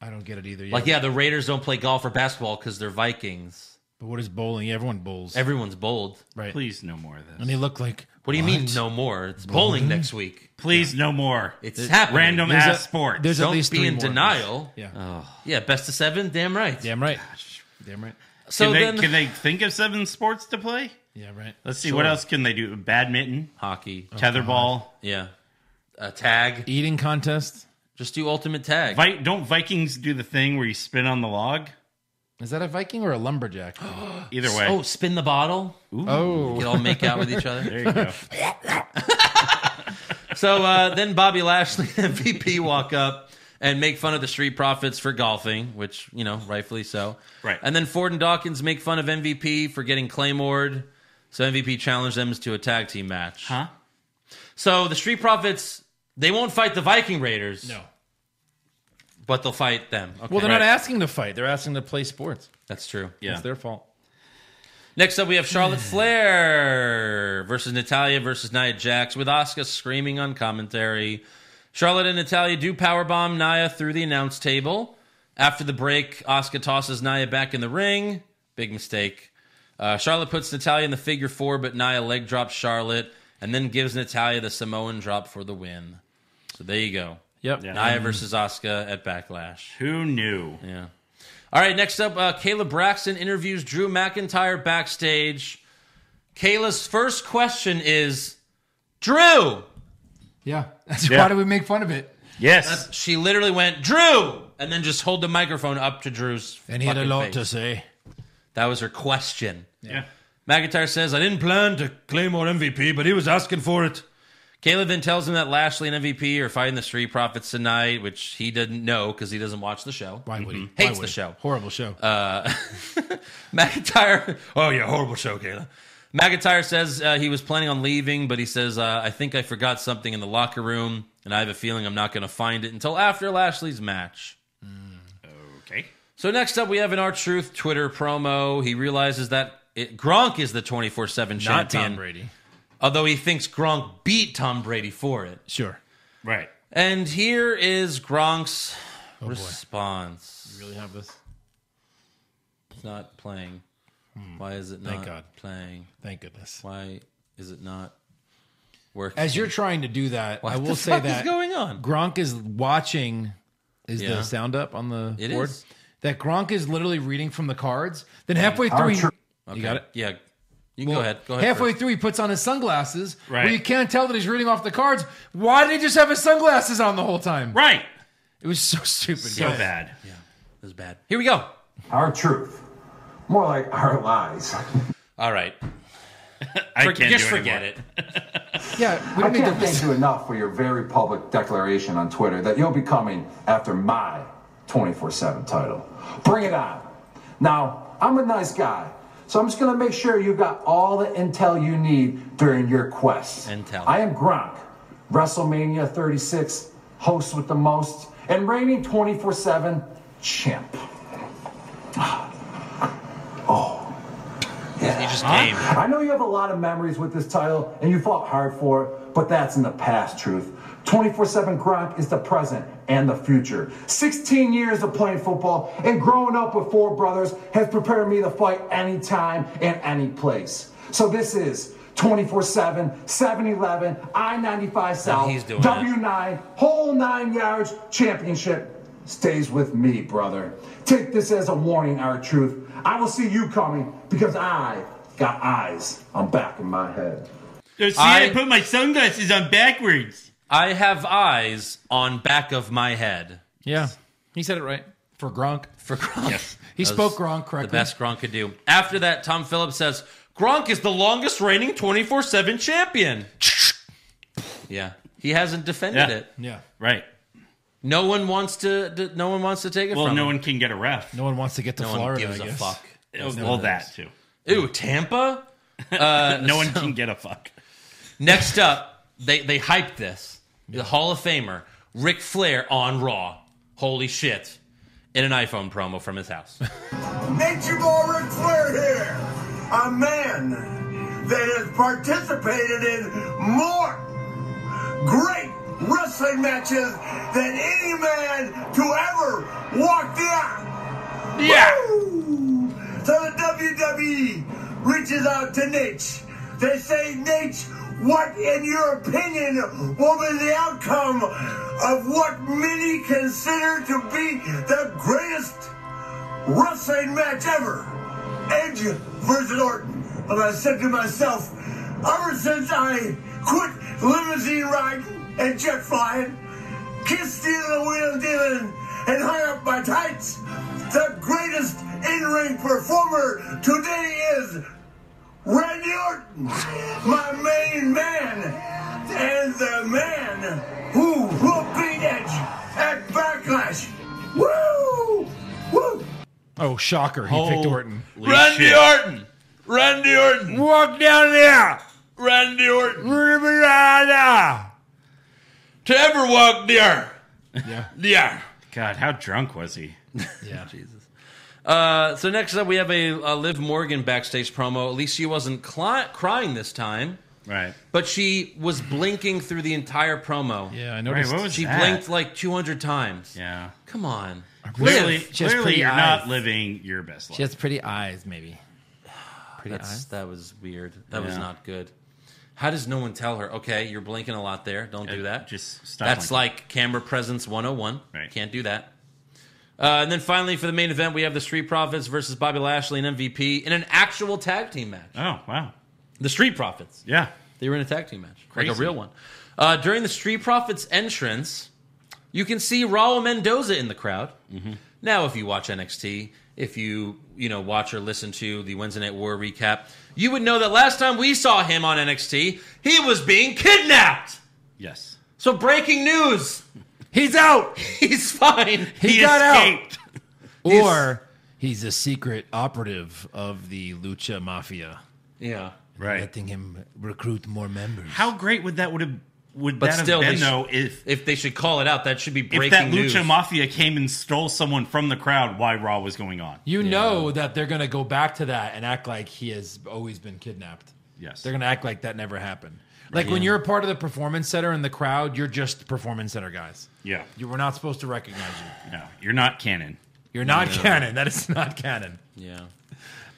Speaker 4: I don't get it either.
Speaker 1: Like, yeah, the Raiders don't play golf or basketball because they're Vikings.
Speaker 4: But what is bowling? Everyone bowls.
Speaker 1: Everyone's bowled.
Speaker 4: right.
Speaker 5: Please, no more of
Speaker 4: And
Speaker 5: this.
Speaker 4: they look like.
Speaker 1: What do you mean no more? It's bowling, next week.
Speaker 5: Please, no more.
Speaker 1: It's happening.
Speaker 5: Random
Speaker 4: There's
Speaker 5: ass
Speaker 4: a-
Speaker 5: sport.
Speaker 4: There's
Speaker 1: Don't
Speaker 4: at least
Speaker 1: be
Speaker 4: three
Speaker 1: in
Speaker 4: more of
Speaker 1: denial.
Speaker 4: us. Yeah.
Speaker 1: Yeah, best of seven. Damn right.
Speaker 4: Damn right. Damn right.
Speaker 1: So
Speaker 5: can, they,
Speaker 1: then
Speaker 5: can they think of seven sports to play?
Speaker 4: Yeah, right.
Speaker 5: Let's see. What else can they do? Badminton,
Speaker 1: hockey.
Speaker 4: Oh,
Speaker 5: tetherball.
Speaker 1: Yeah. A tag.
Speaker 4: Eating contest.
Speaker 1: Just do ultimate tag.
Speaker 5: Vi- don't Vikings do the thing where you spin on the log?
Speaker 4: Is that a Viking or a lumberjack?
Speaker 5: Either way.
Speaker 1: oh, spin the bottle.
Speaker 4: oh.
Speaker 1: They all make out with each other.
Speaker 5: There you go.
Speaker 1: So uh, then Bobby Lashley and VP walk up and make fun of the Street Profits for golfing, which, you know, rightfully so.
Speaker 5: Right.
Speaker 1: And then Ford and Dawkins make fun of MVP for getting Claymored. So MVP challenged them to a tag team match.
Speaker 5: huh?
Speaker 1: So the Street Profits, they won't fight the Viking Raiders.
Speaker 4: No.
Speaker 1: But they'll fight them. Okay.
Speaker 4: Well, they're not
Speaker 5: Right.
Speaker 4: asking to fight. They're asking to play sports.
Speaker 1: That's true.
Speaker 5: Yeah.
Speaker 4: It's their fault.
Speaker 1: Next up, we have Charlotte Flair versus Natalia versus Nia Jax with Asuka screaming on commentary. Charlotte and Natalia do powerbomb Nia through the announce table. After the break, Asuka tosses Nia back in the ring. Big mistake. Uh, Charlotte puts Natalia in the figure four, but Nia leg drops Charlotte and then gives Natalia the Samoan drop for the win. So there you go.
Speaker 4: Yep.
Speaker 1: Nia versus Asuka at Backlash.
Speaker 5: Who knew?
Speaker 1: Yeah. All right, next up, uh, Kayla Braxton interviews Drew McIntyre backstage. Kayla's first question is Drew!
Speaker 4: Yeah. That's
Speaker 5: Yeah.
Speaker 4: why do we make fun of it?
Speaker 5: Yes.
Speaker 1: She literally went, Drew! And then just hold the microphone up to Drew's.
Speaker 4: And he had a
Speaker 1: fucking
Speaker 4: lot
Speaker 1: face.
Speaker 4: to say.
Speaker 1: That was her question.
Speaker 5: Yeah.
Speaker 1: McIntyre says, I didn't plan to claim our MVP, but he was asking for it. Kayla then tells him that Lashley and MVP are fighting the Street Profits tonight, which he didn't know because he doesn't watch the show.
Speaker 4: Why would he? Why
Speaker 1: Hates
Speaker 4: would
Speaker 1: the
Speaker 4: he?
Speaker 1: show. Uh,
Speaker 4: Horrible show.
Speaker 1: McIntyre. Oh yeah, horrible show, Kayla. McIntyre says uh, he was planning on leaving, but he says uh, I think I forgot something in the locker room, and I have a feeling I'm not going to find it until after Lashley's match.
Speaker 5: Okay.
Speaker 1: So next up, we have an R Truth Twitter promo. He realizes that it, Gronk is the 24 seven champion,
Speaker 4: Not Tom Brady.
Speaker 1: although he thinks Gronk beat Tom Brady for it.
Speaker 4: Sure. Oh,
Speaker 5: Right.
Speaker 1: And here is Gronk's
Speaker 4: Oh,
Speaker 1: response.
Speaker 4: Really have this?
Speaker 1: It's not playing. Why is it not
Speaker 4: Hmm. Thank God.
Speaker 1: playing?
Speaker 4: Thank goodness.
Speaker 1: Why is it not working?
Speaker 4: As you're trying to do that, I
Speaker 1: What
Speaker 4: will
Speaker 1: the
Speaker 4: say
Speaker 1: fuck is
Speaker 4: that
Speaker 1: going on?
Speaker 4: Gronk is watching. Is
Speaker 1: Yeah.
Speaker 4: the sound up on the
Speaker 1: It
Speaker 4: board?
Speaker 1: is.
Speaker 4: That Gronk is literally reading from the cards. Then halfway through, he, you got it.
Speaker 1: Yeah, you can go ahead. Go ahead.
Speaker 4: halfway
Speaker 1: first.
Speaker 4: through, he puts on his sunglasses.
Speaker 5: Right.
Speaker 4: Where you can't tell that he's reading off the cards. Why did he just have his sunglasses on the whole time?
Speaker 5: Right.
Speaker 4: It was so stupid.
Speaker 5: So bad.
Speaker 1: it was bad. Here we go.
Speaker 9: Our truth. More like our lies.
Speaker 1: All right,
Speaker 5: I
Speaker 1: For-
Speaker 5: can't
Speaker 1: just
Speaker 5: do
Speaker 1: forget
Speaker 5: anymore.
Speaker 1: it.
Speaker 4: Yeah, we
Speaker 9: I
Speaker 4: don't need
Speaker 9: can't
Speaker 4: to.
Speaker 9: thank you enough for your very public declaration on Twitter that you'll be coming after my 24 7 title. Bring it on. Now, I'm a nice guy, so I'm just going to make sure you've got all the intel you need during your quest.
Speaker 1: Intel.
Speaker 9: I am Gronk, WrestleMania 36, host with the most, and reigning 24 7 champ.
Speaker 1: He just came.
Speaker 9: I know you have a lot of memories with this title and you fought hard for it, but that's in the past, truth. 24 7 Gronk is the present and the future. 16 years of playing football and growing up with four brothers has prepared me to fight anytime and any place. So this is 24 7, 7 11, I 95 South,
Speaker 1: he's doing it.
Speaker 9: W9, whole nine yards championship stays with me, brother. Take this as a warning, our truth. I will see you coming because I got eyes. I'm back in my head.
Speaker 5: Oh, See,
Speaker 1: I-
Speaker 5: I, put my sunglasses on backwards.
Speaker 1: I have eyes on back of my head
Speaker 4: Yeah, he said it right for Gronk.
Speaker 1: for Gronk.
Speaker 4: He
Speaker 1: That
Speaker 4: spoke
Speaker 1: was
Speaker 4: Gronk correctly.
Speaker 1: The best Gronk could do. After that, Tom Phillips says Gronk is the longest reigning 24 seven champion. yeah, he hasn't defended
Speaker 5: Yeah.
Speaker 1: it.
Speaker 4: Yeah,
Speaker 5: Right.
Speaker 1: No one wants to. d- No one wants to take it
Speaker 5: Well,
Speaker 1: from.
Speaker 5: no
Speaker 1: him.
Speaker 5: one can get a ref.
Speaker 4: no one wants to get to
Speaker 1: No one
Speaker 4: Florida.
Speaker 1: gives
Speaker 4: I
Speaker 1: a
Speaker 4: guess.
Speaker 1: fuck.
Speaker 5: Oh, well, that too.
Speaker 1: Ooh, Tampa.
Speaker 5: no one can get a fuck.
Speaker 1: Next up, they they hyped this. The Hall of Famer, Ric Flair on Raw. Holy shit. In an iPhone promo from his house.
Speaker 2: Nature Ball Ric Flair here, a man that has participated in more great wrestling matches than any man to ever walk the earth. Yeah. So the WWE reaches out to Nate. They say, Nate, what in your opinion will be the outcome of what many consider to be the greatest wrestling match ever. Edge versus Orton. And I said to myself, ever since I quit limousine riding and jet flying, kiss stealing, wheel dealing, and hung up my tights, the greatest in-ring performer today is Randy Orton, my main man, and the man who will beat Edge at Backlash. Woo! Woo!
Speaker 4: Oh, shocker! He picked Orton.
Speaker 5: Holy shit.
Speaker 1: Orton! Randy Orton!
Speaker 4: Walk down there.
Speaker 1: Randy Orton!
Speaker 4: Yeah.
Speaker 1: To ever walk the earth! The earth.
Speaker 5: God, how drunk was he?
Speaker 4: Yeah.
Speaker 1: Uh, so next up, we have a, a Liv Morgan backstage promo. At least she wasn't cli crying this time,
Speaker 5: Right.
Speaker 1: but she was blinking through the entire promo.
Speaker 4: Yeah, I
Speaker 5: Right.
Speaker 4: noticed.
Speaker 5: What was
Speaker 1: She
Speaker 5: that?
Speaker 1: blinked like 200 times.
Speaker 5: Yeah.
Speaker 1: Come on.
Speaker 5: Clearly,
Speaker 4: She has
Speaker 5: clearly
Speaker 4: pretty
Speaker 5: you're
Speaker 4: eyes.
Speaker 5: not living your best life.
Speaker 4: She has pretty eyes, maybe. Pretty
Speaker 1: That's
Speaker 4: eyes.
Speaker 1: that was weird. That was
Speaker 5: Yeah.
Speaker 1: not good. How does no one tell her? Okay, you're blinking a lot there. Don't do
Speaker 5: Uh,
Speaker 1: that.
Speaker 5: just stop
Speaker 1: That's
Speaker 5: blinking.
Speaker 1: like camera presence 101.
Speaker 5: Right.
Speaker 1: Can't do that. Uh, and then finally, for the main event, we have the Street Profits versus Bobby Lashley and MVP in an actual tag team match.
Speaker 5: Oh wow.
Speaker 1: The Street Profits.
Speaker 5: Yeah.
Speaker 1: They were in a tag team match, like a
Speaker 5: Crazy.
Speaker 1: real one. Uh, during the Street Profits entrance, you can see Raul Mendoza in the crowd.
Speaker 4: Mm-hmm.
Speaker 1: Now, if you watch NXT, if you you know watch or listen to the Wednesday Night War recap, you would know that last time we saw him on NXT, he was being kidnapped.
Speaker 5: Yes.
Speaker 1: So, breaking news:
Speaker 4: He's out.
Speaker 1: he's fine.
Speaker 4: He,
Speaker 5: He
Speaker 4: got
Speaker 5: escaped.
Speaker 4: out.
Speaker 1: He's-
Speaker 4: Or he's a secret operative of the Lucha Mafia,
Speaker 1: yeah.
Speaker 5: Right.
Speaker 4: letting him recruit more members.
Speaker 5: How great would that would have would
Speaker 1: But
Speaker 5: that
Speaker 1: still,
Speaker 5: have
Speaker 1: they
Speaker 5: been
Speaker 1: sh-
Speaker 5: though if
Speaker 1: If they should call it out, that should be breaking
Speaker 5: if that Lucha
Speaker 1: news.
Speaker 5: Mafia came and stole someone from the crowd while Raw was going on?
Speaker 4: You know that they're going to go back to that and act like he has always been kidnapped.
Speaker 5: Yes.
Speaker 4: They're going to act like that never happened. Like when you're a part of the performance center in the crowd, you're just performance center guys.
Speaker 5: Yeah.
Speaker 4: You were not supposed to recognize you.
Speaker 5: No, you're not canon.
Speaker 4: You're not canon. That is not canon.
Speaker 1: yeah.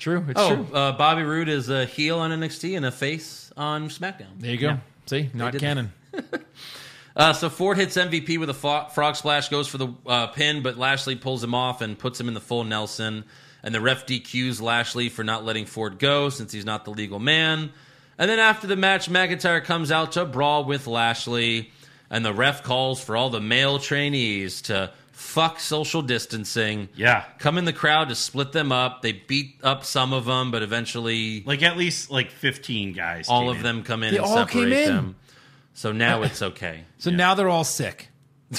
Speaker 4: True. It's
Speaker 1: Oh,
Speaker 4: true.
Speaker 1: uh, Bobby Roode is a heel on NXT and a face on SmackDown.
Speaker 4: There you go. See, not
Speaker 1: did
Speaker 4: canon.
Speaker 1: Uh, so Ford hits MVP with a fo- frog splash, goes for the uh, pin, but Lashley pulls him off and puts him in the full Nelson. And the ref DQs Lashley for not letting Ford go since he's not the legal man. And then after the match, McIntyre comes out to brawl with Lashley, and the ref calls for all the male trainees to fuck social distancing.
Speaker 5: Yeah.
Speaker 1: Come in the crowd to split them up. They beat up some of them, but eventually
Speaker 5: Like at least like 15 guys.
Speaker 1: all
Speaker 5: came
Speaker 1: of
Speaker 5: in.
Speaker 1: them come in
Speaker 4: They
Speaker 1: and
Speaker 4: all
Speaker 1: separate
Speaker 4: came in.
Speaker 1: them. So now it's okay.
Speaker 4: So now they're all sick.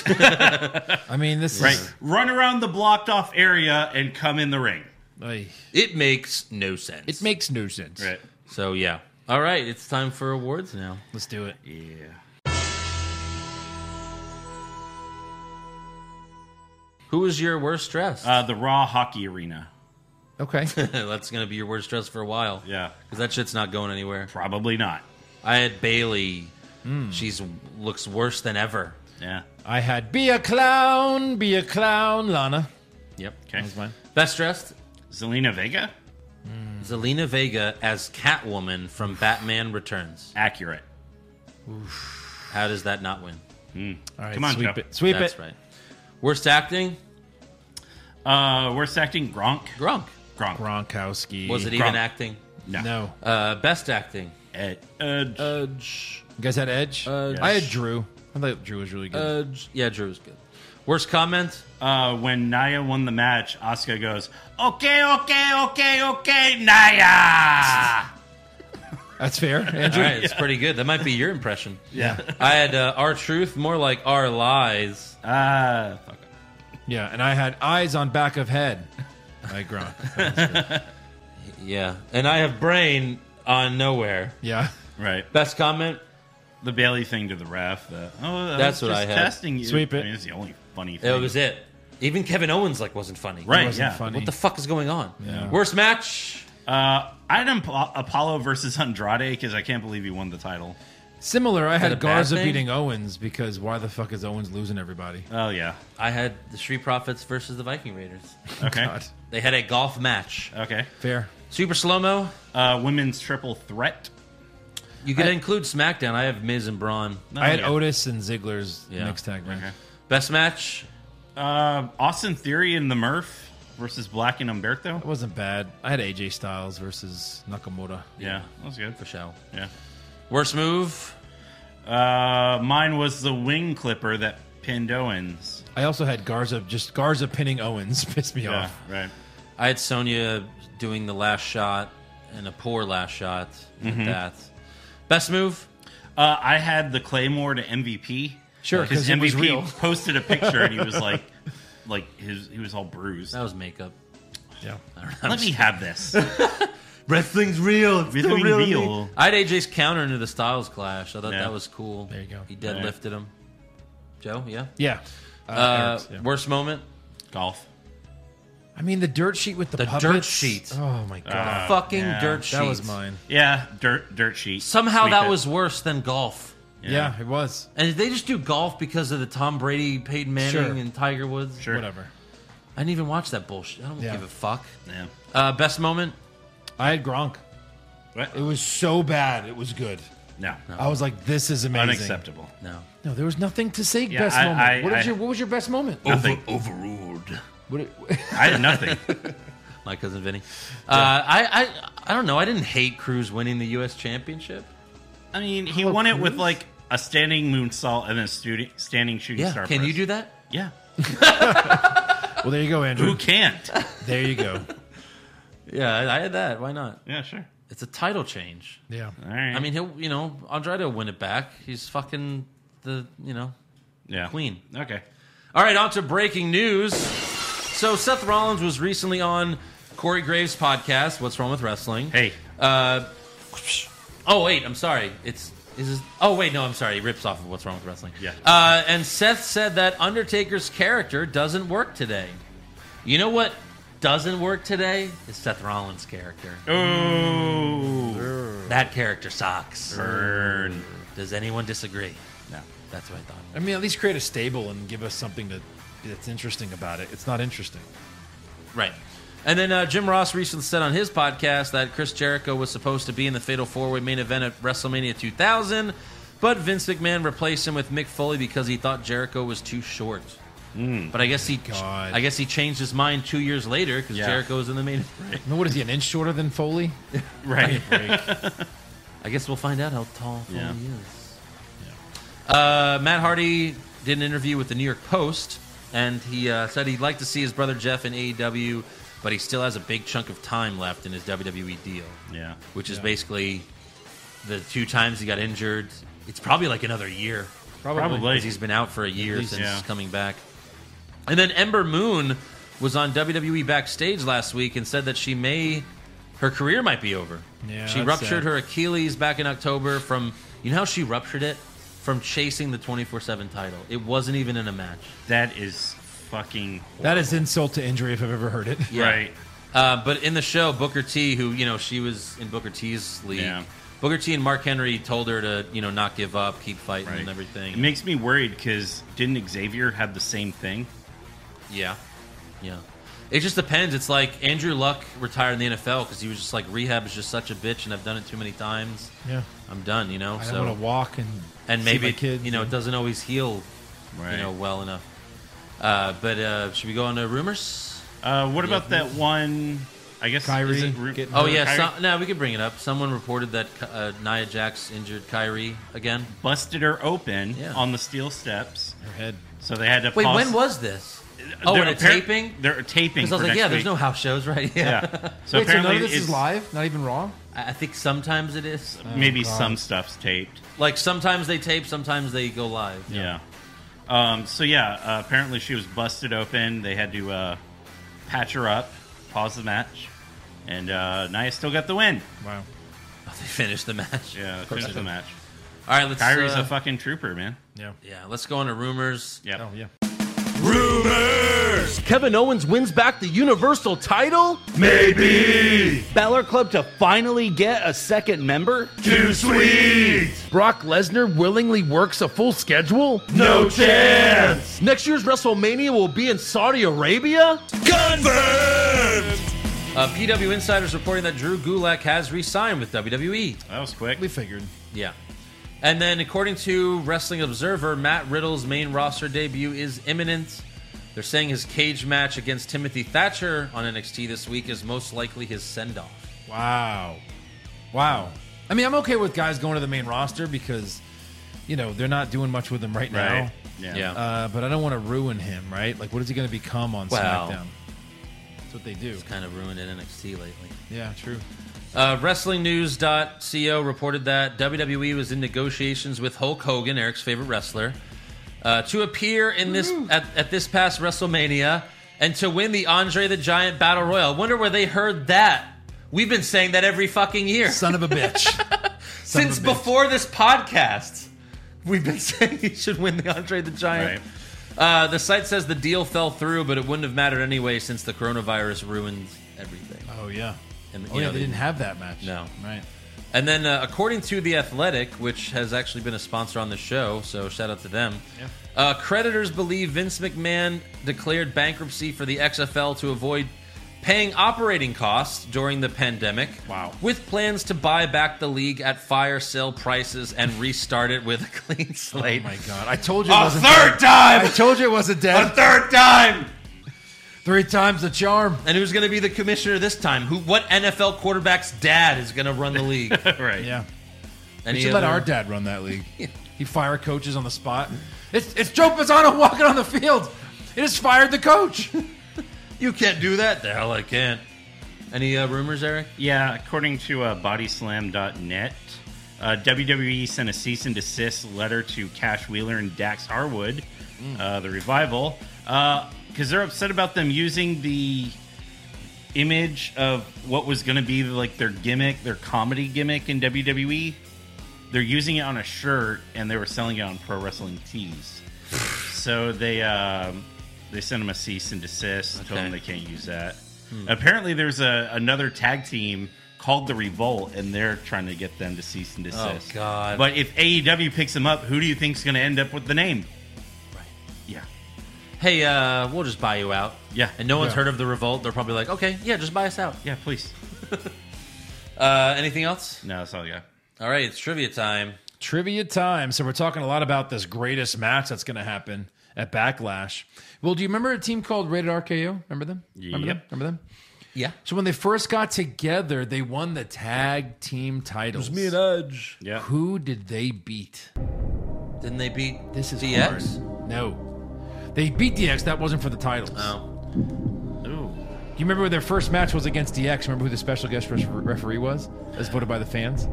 Speaker 4: I mean, this
Speaker 5: Right.
Speaker 4: is.
Speaker 5: Run around the blocked off area and come in the ring.
Speaker 4: Ay,
Speaker 1: It makes no sense.
Speaker 4: it makes no sense.
Speaker 5: Right.
Speaker 1: So yeah. All right, it's time for awards now.
Speaker 4: Let's do it.
Speaker 1: Who is your worst dress?
Speaker 5: Uh, the Raw Hockey Arena.
Speaker 4: Okay.
Speaker 1: That's gonna be your worst dress for a while.
Speaker 5: Yeah.
Speaker 1: because that shit's not going anywhere.
Speaker 5: Probably not.
Speaker 1: I had Bailey. She's looks worse than ever.
Speaker 5: Yeah.
Speaker 4: I had be a clown, be a clown, Lana.
Speaker 1: Yep.
Speaker 5: Okay.
Speaker 4: Fine.
Speaker 1: Best dressed,
Speaker 5: Zelina Vega?
Speaker 1: Zelina Vega as Catwoman from Batman Returns.
Speaker 5: Accurate.
Speaker 1: How does that not win?
Speaker 4: All right.
Speaker 5: Come on,
Speaker 4: sweep
Speaker 5: Joe.
Speaker 4: it. Sweep
Speaker 1: That's
Speaker 4: it.
Speaker 1: right. Worst acting,
Speaker 5: Uh, worst acting Gronk.
Speaker 1: Gronk.
Speaker 5: Gronk.
Speaker 4: Gronkowski.
Speaker 1: Was it
Speaker 5: Gronk.
Speaker 1: even acting?
Speaker 5: No.
Speaker 4: No.
Speaker 1: Uh, best acting.
Speaker 5: Ed, uh, Edge.
Speaker 1: Edge.
Speaker 4: You guys had Edge?
Speaker 1: Uh, Edge. Uh,
Speaker 4: I had Drew. I thought Drew was really good.
Speaker 1: Edge. Yeah, Drew was good. Worst comment.
Speaker 5: Uh, when Naya won the match, Asuka goes, "Okay, okay, okay, okay, Naya."
Speaker 4: That's fair, Andrew.
Speaker 1: All right, it's pretty good. That might be your impression.
Speaker 5: Yeah.
Speaker 1: I had uh, our truth, more like our lies.
Speaker 5: Uh, fuck.
Speaker 4: Yeah, and I had eyes on back of head. I Gronk.
Speaker 1: Yeah, and I have brain on nowhere.
Speaker 4: Yeah.
Speaker 5: Right.
Speaker 1: Best comment.
Speaker 5: The Bailey thing to the ref. The, oh, I
Speaker 1: That's
Speaker 5: was
Speaker 1: what
Speaker 5: just
Speaker 1: I had.
Speaker 5: Testing you.
Speaker 4: Sweep it.
Speaker 5: I mean, it's the only funny
Speaker 1: It
Speaker 5: thing.
Speaker 1: was it. Even Kevin Owens like wasn't funny.
Speaker 5: Right.
Speaker 4: wasn't
Speaker 5: yeah.
Speaker 4: funny.
Speaker 1: What the fuck is going on? Worst match.
Speaker 5: Uh, I had Ap- Apollo versus Andrade because I can't believe he won the title.
Speaker 4: Similar, I
Speaker 1: a
Speaker 4: had
Speaker 1: bad
Speaker 4: Garza
Speaker 1: thing?
Speaker 4: beating Owens because why the fuck is Owens losing everybody?
Speaker 5: Oh yeah.
Speaker 1: I had the Street Profits versus the Viking Raiders.
Speaker 5: Okay.
Speaker 4: Oh, God.
Speaker 1: They had a golf match.
Speaker 5: Okay.
Speaker 4: Fair.
Speaker 1: Super slow mo.
Speaker 5: Uh, women's triple threat.
Speaker 1: You could
Speaker 4: I-
Speaker 1: include SmackDown. I have Miz and Braun.
Speaker 5: No,
Speaker 4: I had
Speaker 5: Oh, yeah.
Speaker 4: Otis and Ziggler's
Speaker 1: Oh, Yeah.
Speaker 4: next tag match.
Speaker 5: Okay.
Speaker 1: Best match.
Speaker 5: Uh, Austin Theory and the Murph versus Black and Umberto.
Speaker 4: That wasn't bad. I had AJ Styles versus Nakamura.
Speaker 5: Yeah, that was good.
Speaker 1: For show.
Speaker 5: Yeah.
Speaker 1: Worst move.
Speaker 5: Uh, mine was the wing clipper that pinned Owens.
Speaker 4: I also had Garza just Garza pinning Owens pissed me
Speaker 5: Yeah,
Speaker 4: off.
Speaker 5: right.
Speaker 1: I had Sonya doing the last shot and a poor last shot. at That best move.
Speaker 5: Uh, I had the Claymore to MVP.
Speaker 4: Sure, 'cause it was real.
Speaker 5: posted a picture and he was like, like his he was all bruised.
Speaker 1: That was makeup.
Speaker 4: Yeah.
Speaker 5: Let me have this.
Speaker 1: Wrestling's real. It's
Speaker 5: Wrestling's still real to real. me.
Speaker 1: I had AJ's counter into the Styles Clash. I thought
Speaker 5: Yeah.
Speaker 1: that was cool.
Speaker 4: There you go.
Speaker 1: He deadlifted him. Joe, yeah.
Speaker 4: Yeah. Uh,
Speaker 1: Uh,
Speaker 4: Eric's, yeah.
Speaker 1: Worst moment.
Speaker 5: Golf.
Speaker 4: I mean the dirt sheet with the,
Speaker 1: The dirt
Speaker 4: puppets.
Speaker 1: sheet.
Speaker 4: Oh
Speaker 5: Ah.
Speaker 4: my god.
Speaker 1: Fucking
Speaker 5: yeah.
Speaker 1: dirt sheet.
Speaker 4: that was mine.
Speaker 5: Yeah, dirt dirt sheet.
Speaker 1: Somehow
Speaker 5: Sweep
Speaker 1: that
Speaker 5: it.
Speaker 1: was worse than golf.
Speaker 4: Yeah, it was.
Speaker 1: And did they just do golf because of the Tom Brady, Peyton Manning,
Speaker 4: Sure.
Speaker 1: and Tiger Woods?
Speaker 5: Sure.
Speaker 4: Whatever.
Speaker 1: I didn't even watch that bullshit. I don't
Speaker 4: Yeah.
Speaker 1: give a fuck.
Speaker 5: Yeah.
Speaker 1: Uh, best moment.
Speaker 4: I had Gronk.
Speaker 5: What?
Speaker 4: It was so bad. It was good.
Speaker 5: No,
Speaker 1: Oh.
Speaker 4: I was like, this is amazing.
Speaker 5: unacceptable.
Speaker 1: No.
Speaker 4: No, there was nothing to say.
Speaker 5: Yeah,
Speaker 4: best
Speaker 5: I-
Speaker 4: moment.
Speaker 5: I-
Speaker 4: what, was
Speaker 5: I-
Speaker 4: your, what was your best moment?
Speaker 5: Nothing.
Speaker 1: overruled.
Speaker 4: What,
Speaker 5: I had nothing.
Speaker 1: My cousin Vinny. Uh, I, I I don't know. I didn't hate Cruz winning the U.S. Championship.
Speaker 5: I mean, he won it with like a standing moonsault and a studi- standing shooting
Speaker 1: Yeah.
Speaker 5: star.
Speaker 1: Can you
Speaker 5: press.
Speaker 1: do that?
Speaker 5: Yeah.
Speaker 4: well, there you go, Andrew.
Speaker 5: Who can't?
Speaker 4: There you go.
Speaker 1: Yeah, I, I had that. Why not?
Speaker 5: yeah, sure.
Speaker 1: It's a title change.
Speaker 4: Yeah.
Speaker 5: All right.
Speaker 1: I mean, he'll you know Andrade will win it back. He's fucking the you know
Speaker 5: yeah.
Speaker 1: queen.
Speaker 5: Okay.
Speaker 1: All right, on to breaking news. So Seth Rollins was recently on Corey Graves' podcast. What's wrong with wrestling?
Speaker 5: Hey.
Speaker 1: Uh, oh wait, I'm sorry. It's is this, oh wait, no, I'm sorry. It rips off of What's Wrong with Wrestling.
Speaker 5: Yeah.
Speaker 1: Uh, and Seth said that Undertaker's character doesn't work today. You know what doesn't work today is Seth Rollins' character.
Speaker 5: Oh.
Speaker 1: That character sucks.
Speaker 5: Burn.
Speaker 1: Does anyone disagree?
Speaker 5: No.
Speaker 1: That's what I thought.
Speaker 4: I mean, at least create a stable and give us something that that's interesting about it. It's not interesting.
Speaker 1: Right. And then uh, Jim Ross recently said on his podcast that Chris Jericho was supposed to be in the Fatal Four Way main event at WrestleMania 2000, but Vince McMahon replaced him with Mick Foley because he thought Jericho was too short.
Speaker 5: Mm.
Speaker 1: but I guess he,
Speaker 4: God.
Speaker 1: I guess he changed his mind two years later because
Speaker 5: Yeah.
Speaker 1: Jericho was in the main. event.
Speaker 4: I mean, what is he, an inch shorter than Foley?
Speaker 5: Right.
Speaker 1: I guess we'll find out how tall Foley
Speaker 5: Yeah.
Speaker 1: is. Uh, Matt Hardy did an interview with the New York Post, and he uh, said he'd like to see his brother Jeff in AEW, but he still has a big chunk of time left in his WWE deal.
Speaker 5: yeah.
Speaker 1: which is basically the two times he got injured. It's probably like another year.
Speaker 5: Probably.
Speaker 1: Because he's been out for a year
Speaker 5: least,
Speaker 1: since
Speaker 5: yeah.
Speaker 1: coming back. And then Ember Moon was on WWE backstage last week and said that she may, her career might be over.
Speaker 4: Yeah,
Speaker 1: she
Speaker 4: that's
Speaker 1: ruptured
Speaker 4: sad.
Speaker 1: her Achilles back in October from, you know how she ruptured it? From chasing the 24 7 title. It wasn't even in a match.
Speaker 5: That is fucking.
Speaker 4: That is insult to injury if I've ever heard it.
Speaker 1: Yeah.
Speaker 5: Right.
Speaker 1: Uh, but in the show, Booker T, who you know she was in Booker T's league,
Speaker 5: Yeah.
Speaker 1: Booker T and Mark Henry told her to you know not give up, keep fighting,
Speaker 5: Right.
Speaker 1: and everything.
Speaker 5: It makes me worried because didn't Xavier have the same thing?
Speaker 1: yeah, yeah. It just depends. It's like Andrew Luck retired in the NFL because he was just like rehab is just such a bitch, and I've done it too many times.
Speaker 4: Yeah.
Speaker 1: I'm done, you know.
Speaker 4: I
Speaker 1: so
Speaker 4: don't want to walk and
Speaker 1: and
Speaker 4: see
Speaker 1: maybe
Speaker 4: my
Speaker 1: it,
Speaker 4: kids
Speaker 1: you know it doesn't always heal,
Speaker 5: Right.
Speaker 1: you know, well enough. Uh, but uh, should we go on to rumors?
Speaker 5: Uh, what about
Speaker 1: Yeah.
Speaker 5: that one? I guess
Speaker 4: Kyrie
Speaker 5: Is it Ru-
Speaker 4: getting
Speaker 1: Oh
Speaker 4: Or
Speaker 1: yeah,
Speaker 5: Kyrie
Speaker 1: some, no, we can bring it up. Someone reported that uh, Nia Jax injured Kyrie again.
Speaker 5: busted her open
Speaker 1: Yeah.
Speaker 5: on the steel steps,
Speaker 4: her head.
Speaker 5: so they had to.
Speaker 1: Wait,
Speaker 5: pause.
Speaker 1: when was this? Oh,
Speaker 5: They're
Speaker 1: and it's
Speaker 5: appar-
Speaker 1: taping.
Speaker 5: They're taping.
Speaker 1: Because I was like,
Speaker 5: for next
Speaker 1: yeah, there's
Speaker 5: week.
Speaker 1: no house shows, right?
Speaker 5: Yeah. So
Speaker 4: Wait, so none
Speaker 5: apparently,
Speaker 4: of this
Speaker 5: it's,
Speaker 4: is live? Not even raw?
Speaker 1: I I think sometimes it is.
Speaker 5: Maybe
Speaker 4: Oh, God.
Speaker 5: some stuff's taped.
Speaker 1: Like sometimes they tape, sometimes they go live.
Speaker 5: Yeah. Um, so yeah, uh, apparently she was busted open. They had to uh, patch her up, pause the match, and uh, Nia still got the win.
Speaker 4: Wow.
Speaker 1: They finish the match.
Speaker 5: Yeah, finished the match.
Speaker 1: All right, let's.
Speaker 5: Kyrie's
Speaker 1: uh,
Speaker 5: a fucking trooper, man.
Speaker 4: Yeah.
Speaker 1: yeah, let's go on to rumors.
Speaker 5: Yeah.
Speaker 4: Oh, yeah.
Speaker 10: Kevin Owens wins back the Universal title? Maybe. Balor Club to finally get a second member? Too sweet. Brock Lesnar willingly works a full schedule? No chance. Next year's WrestleMania will be in Saudi Arabia?
Speaker 1: Uh, PW Insider's reporting that Drew Gulak has re-signed with WWE.
Speaker 5: That was quick.
Speaker 4: We figured.
Speaker 1: Yeah. And then, according to Wrestling Observer, Matt Riddle's main roster debut is imminent. They're saying his cage match against Timothy Thatcher on NXT this week is most likely his send-off.
Speaker 4: Wow. Wow. I mean, I'm okay with guys going to the main roster because, you know, they're not doing much with him right now.
Speaker 5: Right. Yeah.
Speaker 4: Uh, but I don't want to ruin him, right? Like, what is he going to become on
Speaker 1: Well.
Speaker 4: SmackDown? That's what they do.
Speaker 1: kind of ruined in NXT lately.
Speaker 4: Yeah, true.
Speaker 1: Uh, WrestlingNews.co reported that WWE was in negotiations with Hulk Hogan, Eric's favorite wrestler, uh, to appear in this at, at this past WrestleMania and to win the Andre the Giant Battle Royal. I wonder where they heard that. We've been saying that every fucking year
Speaker 4: Son of a bitch. son of a
Speaker 1: since
Speaker 4: bitch.
Speaker 1: before this podcast. We've been saying he should win the Andre the Giant. Uh, the site says the deal fell through, but it wouldn't have mattered anyway since the coronavirus ruined everything.
Speaker 4: oh, yeah.
Speaker 1: And,
Speaker 4: Oh,
Speaker 1: you
Speaker 4: yeah,
Speaker 1: know,
Speaker 4: they
Speaker 1: they-
Speaker 4: didn't have that match.
Speaker 1: No.
Speaker 4: Right.
Speaker 1: And then, uh, according to The Athletic, which has actually been a sponsor on the show, so shout out to them. Uh, creditors believe Vince McMahon declared bankruptcy for the XFL to avoid paying operating costs during the pandemic. Wow. With plans to buy back the league at fire sale prices and restart it with a clean slate. Oh my
Speaker 4: God. I told you it
Speaker 1: A
Speaker 4: wasn't
Speaker 1: third
Speaker 4: dead.
Speaker 1: time!
Speaker 4: I told you it wasn't dead.
Speaker 1: A third time!
Speaker 4: Three times the charm.
Speaker 1: And who's going to be the commissioner this time? Who? What NFL quarterback's dad is going to run the league?
Speaker 5: right.
Speaker 4: Yeah.
Speaker 1: Any
Speaker 4: we should let
Speaker 1: other-
Speaker 4: our dad run that league. He fire coaches on the spot. It's it's Joe Pisano walking on the field. It just fired the coach.
Speaker 1: You can't do that. The hell I can't. Any uh, rumors, Eric?
Speaker 5: Yeah, according to uh, bodyslam.net, uh, WWE sent a cease and desist letter to Cash Wheeler and Dax Harwood, uh, the revival, because they're upset about them using the image of what was going to be like their gimmick, their comedy gimmick in WWE. They're using it on a shirt and they were selling it on pro wrestling tees. so they um, they sent them a cease and desist, told
Speaker 1: Okay.
Speaker 5: them they can't use that.
Speaker 1: Hmm.
Speaker 5: Apparently, there's a another tag team called the Revolt, and they're trying to get them to cease and
Speaker 1: Oh,
Speaker 5: desist.
Speaker 1: God.
Speaker 5: But if AEW picks them up, who do you think's going to end up with the name? Yeah.
Speaker 1: Hey, uh, we'll just buy you out.
Speaker 5: Yeah.
Speaker 1: And no one's
Speaker 5: Yeah.
Speaker 1: heard of the revolt. They're probably like, okay, yeah, just buy us out.
Speaker 5: Yeah, please.
Speaker 1: uh, anything else?
Speaker 5: No, that's all I got.
Speaker 1: All right, it's trivia time.
Speaker 4: Trivia time. So we're talking a lot about this greatest match that's going to happen at Backlash. Well, do you remember a team called Rated RKO? Remember them? Remember them?
Speaker 1: Yep.
Speaker 4: Remember them?
Speaker 1: Yeah.
Speaker 4: So when they first got together, they won the tag team titles.
Speaker 1: me and Edge.
Speaker 5: Yeah.
Speaker 4: Who did they beat?
Speaker 1: Didn't they beat
Speaker 4: this is
Speaker 1: DX?
Speaker 4: hard. No, they beat DX. That wasn't for the titles.
Speaker 1: Oh.
Speaker 5: Ooh.
Speaker 4: Do you remember their first match was against DX? Remember who the special guest re- referee was, as voted by the fans?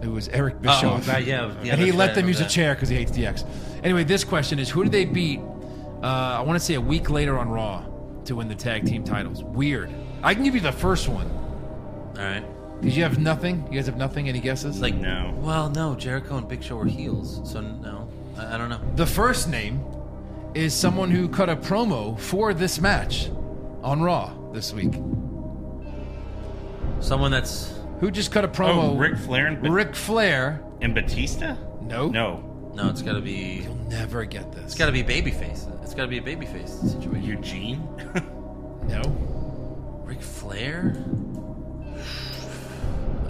Speaker 4: It was Eric Bischoff.
Speaker 1: right, yeah, yeah,
Speaker 4: and he
Speaker 1: that's
Speaker 4: let
Speaker 1: right,
Speaker 4: them
Speaker 1: I
Speaker 4: use a
Speaker 1: remember
Speaker 4: chair because he hates DX. Anyway, this question is: Who did they beat? Uh, I want to say a week later on Raw to win the tag team titles. Weird. I can give you the first one.
Speaker 1: All right.
Speaker 4: Did you have nothing? You guys have nothing? Any guesses?
Speaker 1: Like
Speaker 5: No.
Speaker 1: Well, no, Jericho and Big Show were heels, so no, I, I don't know.
Speaker 4: The first name is someone who cut a promo for this match on Raw this week.
Speaker 1: Someone that's
Speaker 4: Who just cut a promo?
Speaker 5: Oh, Ric Flair and,
Speaker 4: Ric Flair.
Speaker 5: and Batista?
Speaker 4: No.
Speaker 5: No.
Speaker 1: no, it's got to be
Speaker 4: You'll never get this.
Speaker 1: it's got to be babyface. It's got to be a babyface situation.
Speaker 5: Eugene?
Speaker 4: No.
Speaker 1: Ric Flair?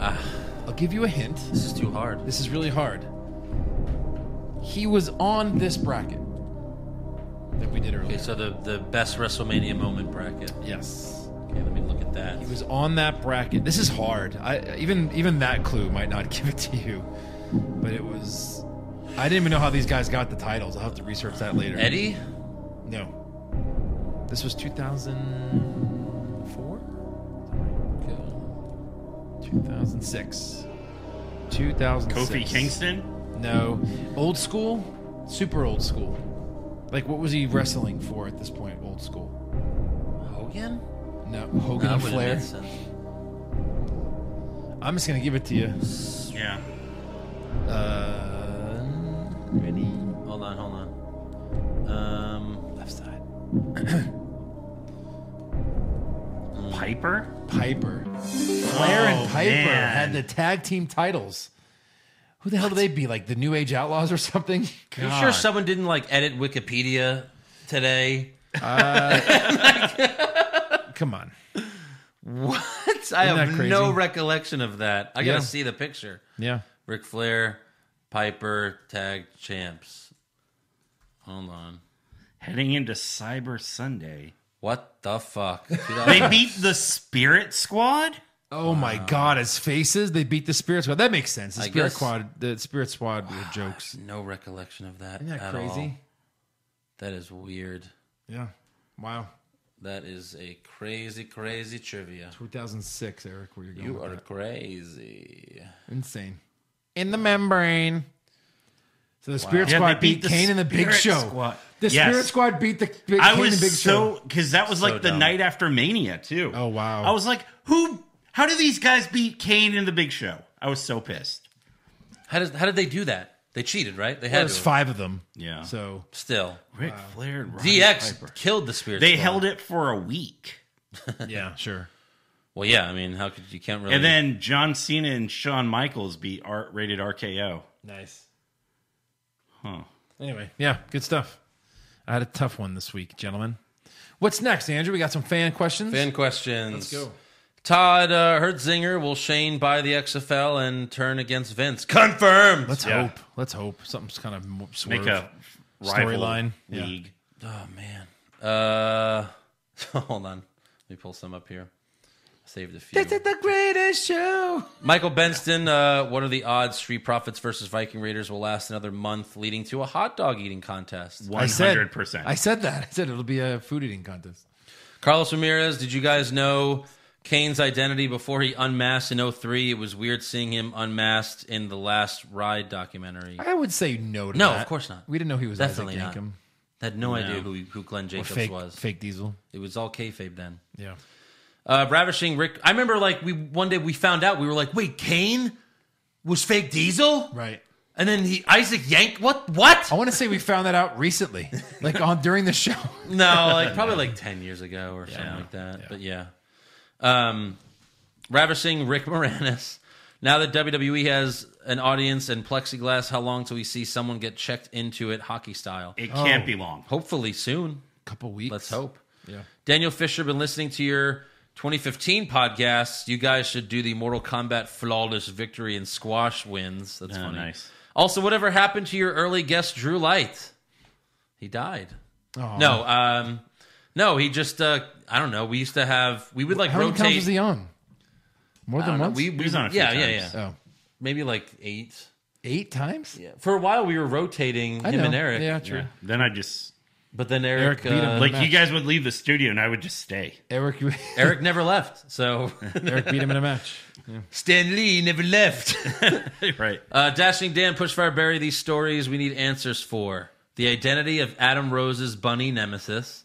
Speaker 1: Ah,
Speaker 4: I'll give you a hint.
Speaker 1: this is too hard.
Speaker 4: This is really hard. He was on this bracket that we did earlier.
Speaker 1: Okay, so the the best WrestleMania moment bracket.
Speaker 4: yes.
Speaker 1: Okay, let me look at that.
Speaker 4: He was on that bracket. This is hard. I even even that clue might not give it to you. But it was I didn't even know how these guys got the titles. I'll have to research that later.
Speaker 1: Eddie?
Speaker 4: No. This was 2004?
Speaker 1: Okay.
Speaker 4: 2006. 2006.
Speaker 5: Kofi Kingston?
Speaker 4: No. Old school? Super old school. Like, what was he wrestling for at this point? Old school.
Speaker 1: Hogan?
Speaker 4: No. Hogan
Speaker 1: Nah,
Speaker 4: and
Speaker 1: wouldn't
Speaker 4: Flair?
Speaker 1: make sense.
Speaker 4: I'm just going to give it to you.
Speaker 5: Yeah.
Speaker 4: Uh, ready?
Speaker 1: Hold on, hold on. Um,
Speaker 4: Left side.
Speaker 5: Piper?
Speaker 4: Piper. Flair and
Speaker 5: Oh,
Speaker 4: Piper
Speaker 5: man.
Speaker 4: had the tag team titles. Who the hell do they be? Like the New Age Outlaws or something?
Speaker 1: are you sure someone didn't like edit Wikipedia today?
Speaker 4: Come on.
Speaker 1: What? I
Speaker 4: Isn't that
Speaker 1: have no
Speaker 4: crazy?
Speaker 1: recollection of that. I
Speaker 4: Yeah.
Speaker 1: gotta see the picture.
Speaker 4: Yeah.
Speaker 1: Ric Flair, Piper, tag champs. Hold on.
Speaker 5: Heading into Cyber Sunday.
Speaker 1: What the fuck?
Speaker 5: They beat the Spirit Squad?
Speaker 4: Oh my God! As faces, they beat the Spirit Squad. That makes sense. The
Speaker 1: I
Speaker 4: Spirit
Speaker 1: guess-
Speaker 4: Squad, the Spirit Squad were jokes.
Speaker 1: no recollection of that.
Speaker 4: Isn't that
Speaker 1: at
Speaker 4: crazy?
Speaker 1: all. That is weird.
Speaker 4: Yeah. Wow.
Speaker 1: That is a crazy, crazy trivia.
Speaker 4: 2006, Eric. Where you're going?
Speaker 1: You
Speaker 4: with
Speaker 1: are
Speaker 4: that.
Speaker 1: crazy.
Speaker 4: insane. In the membrane. So the Spirit
Speaker 5: Yeah,
Speaker 4: Squad
Speaker 5: they
Speaker 4: beat,
Speaker 5: beat the
Speaker 4: Kane and the Big
Speaker 5: Spirit
Speaker 4: Show.
Speaker 5: Squad.
Speaker 4: The
Speaker 5: Yes.
Speaker 4: Spirit Squad beat the Big,
Speaker 5: I
Speaker 4: Kane
Speaker 5: was
Speaker 4: and Big
Speaker 5: so
Speaker 4: Show.
Speaker 5: because that was like the
Speaker 1: dumb.
Speaker 5: night after Mania too.
Speaker 4: Oh, wow.
Speaker 5: I was like, who? How do these guys beat Kane in the Big Show? I was so pissed.
Speaker 1: How does how did they do that? They cheated, right? They had
Speaker 4: There was
Speaker 1: to.
Speaker 4: five of them.
Speaker 5: Yeah.
Speaker 4: So
Speaker 1: Still,
Speaker 5: Ric Flair, and Roddy
Speaker 1: DX
Speaker 5: Piper.
Speaker 1: killed the spirit.
Speaker 5: They
Speaker 1: Squad.
Speaker 5: held it for a week,
Speaker 4: yeah, sure.
Speaker 1: Well, yeah. I mean, how could you can't really?
Speaker 5: and then John Cena and Shawn Michaels beat Art Rated RKO.
Speaker 4: Nice.
Speaker 5: Huh.
Speaker 4: Anyway, yeah, good stuff. I had a tough one this week, gentlemen. What's next, Andrew? We got some fan questions.
Speaker 1: Fan questions.
Speaker 4: Let's go.
Speaker 1: Todd uh, Hertzinger will Shane buy the XFL and turn against Vince? Confirmed.
Speaker 4: Let's
Speaker 1: Yeah.
Speaker 4: hope. Let's hope something's kind of mo- swerve.
Speaker 5: Make a rival
Speaker 4: storyline Yeah.
Speaker 5: league.
Speaker 1: Oh man. Uh, hold on. Let me pull some up here. Saved a few.
Speaker 4: the greatest show.
Speaker 1: Michael Benston, uh, what are the odds Street Profits versus Viking Raiders will last another month, leading to a hot dog eating contest?
Speaker 4: I said.
Speaker 5: 100%.
Speaker 4: I said that. I said it'll be a food eating contest.
Speaker 1: Carlos Ramirez, did you guys know Kane's identity before he unmasked in 03? It was weird seeing him unmasked in the last ride documentary.
Speaker 4: I would say no. to
Speaker 1: No,
Speaker 4: that.
Speaker 1: of course not.
Speaker 4: We didn't know he was
Speaker 1: Definitely not.
Speaker 4: Isaac Yankem
Speaker 1: I had no,
Speaker 5: No.
Speaker 1: idea who, who Glenn
Speaker 4: or
Speaker 1: Jacobs
Speaker 4: fake
Speaker 1: was.
Speaker 4: fake Diesel.
Speaker 1: It was all kayfabe then.
Speaker 4: Yeah.
Speaker 1: Uh, Ravishing Rick. I remember like we one day we found out we were like, wait, Kane was fake Diesel,
Speaker 4: Right.
Speaker 1: and then he Isaac Yank. What? What?
Speaker 4: I want to say we found that out recently, like on during the show.
Speaker 1: No, like probably like ten years ago or something like that. But yeah, um, ravishing Rick Moranis. Now that WWE has an audience and plexiglass, how long till we see someone get checked into it hockey style?
Speaker 5: It can't be long.
Speaker 1: Hopefully soon.
Speaker 4: couple weeks.
Speaker 1: Let's hope.
Speaker 4: Yeah.
Speaker 1: Daniel Fisher, been listening to your 2015 podcast. You guys should do the Mortal Kombat flawless victory and squash wins. That's
Speaker 5: Oh,
Speaker 1: funny.
Speaker 5: nice.
Speaker 1: Also, whatever happened to your early guest, Drew Light? He died.
Speaker 4: Aw.
Speaker 1: No, um, no, he just. Uh, I don't know. We used to have. We would like
Speaker 4: How many
Speaker 1: rotate.
Speaker 4: times was he on? More
Speaker 1: I
Speaker 4: than
Speaker 1: don't know.
Speaker 4: once.
Speaker 1: We, we,
Speaker 5: He was on a few
Speaker 1: yeah, yeah, yeah,
Speaker 5: times.
Speaker 4: oh,
Speaker 1: Maybe like eight.
Speaker 4: eight times.
Speaker 1: Yeah. For a while, we were rotating
Speaker 4: I
Speaker 1: him
Speaker 4: know.
Speaker 1: and Eric.
Speaker 4: Yeah, true.
Speaker 5: Yeah. Then I just
Speaker 1: But then
Speaker 4: Eric
Speaker 1: Eric,
Speaker 4: beat him.
Speaker 1: uh,
Speaker 5: like
Speaker 4: match.
Speaker 5: you guys would leave the studio and I would just stay.
Speaker 4: Eric, you-
Speaker 1: Eric never left. So
Speaker 4: Eric beat him in a match.
Speaker 1: Stan Lee never left.
Speaker 5: Right.
Speaker 1: Uh, Dashing Dan, Pushfire Barry, these stories we need answers for. The identity of Adam Rose's bunny nemesis.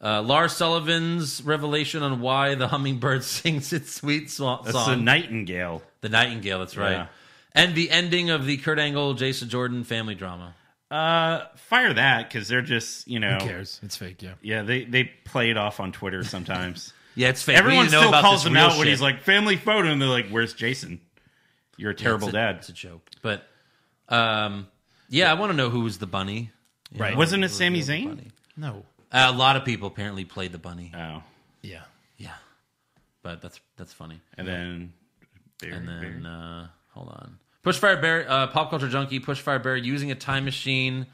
Speaker 1: Uh, Lars Sullivan's revelation on why the hummingbird sings its sweet swa-
Speaker 5: That's a
Speaker 1: song.
Speaker 5: nightingale.
Speaker 1: the nightingale, that's right.
Speaker 5: Yeah.
Speaker 1: And the ending of the Kurt Angle, Jason Jordan family drama.
Speaker 5: Uh, fire that because they're just you know
Speaker 4: Who cares? It's fake. Yeah.
Speaker 5: yeah they they play it off on Twitter sometimes.
Speaker 1: Yeah, it's fake. We
Speaker 5: Everyone
Speaker 1: need to know
Speaker 5: still
Speaker 1: about
Speaker 5: calls
Speaker 1: this
Speaker 5: him
Speaker 1: real
Speaker 5: out when
Speaker 1: shit.
Speaker 5: he's like family photo and they're like where's Jason? You're a
Speaker 1: Yeah,
Speaker 5: terrible
Speaker 1: it's a-
Speaker 5: dad.
Speaker 1: It's a joke. But um, yeah, I want to know who was the bunny.
Speaker 4: Right.
Speaker 5: Wasn't it Sami Zayn?
Speaker 1: Bunny.
Speaker 4: No.
Speaker 1: Uh, a lot of people apparently played the bunny.
Speaker 5: Oh,
Speaker 4: Yeah.
Speaker 1: Yeah. But that's that's funny.
Speaker 5: and then Barry,
Speaker 1: And
Speaker 5: Barry.
Speaker 1: then uh, hold on, Pushfire Bear, uh, pop culture junkie, Pushfire Bear, using a time machine,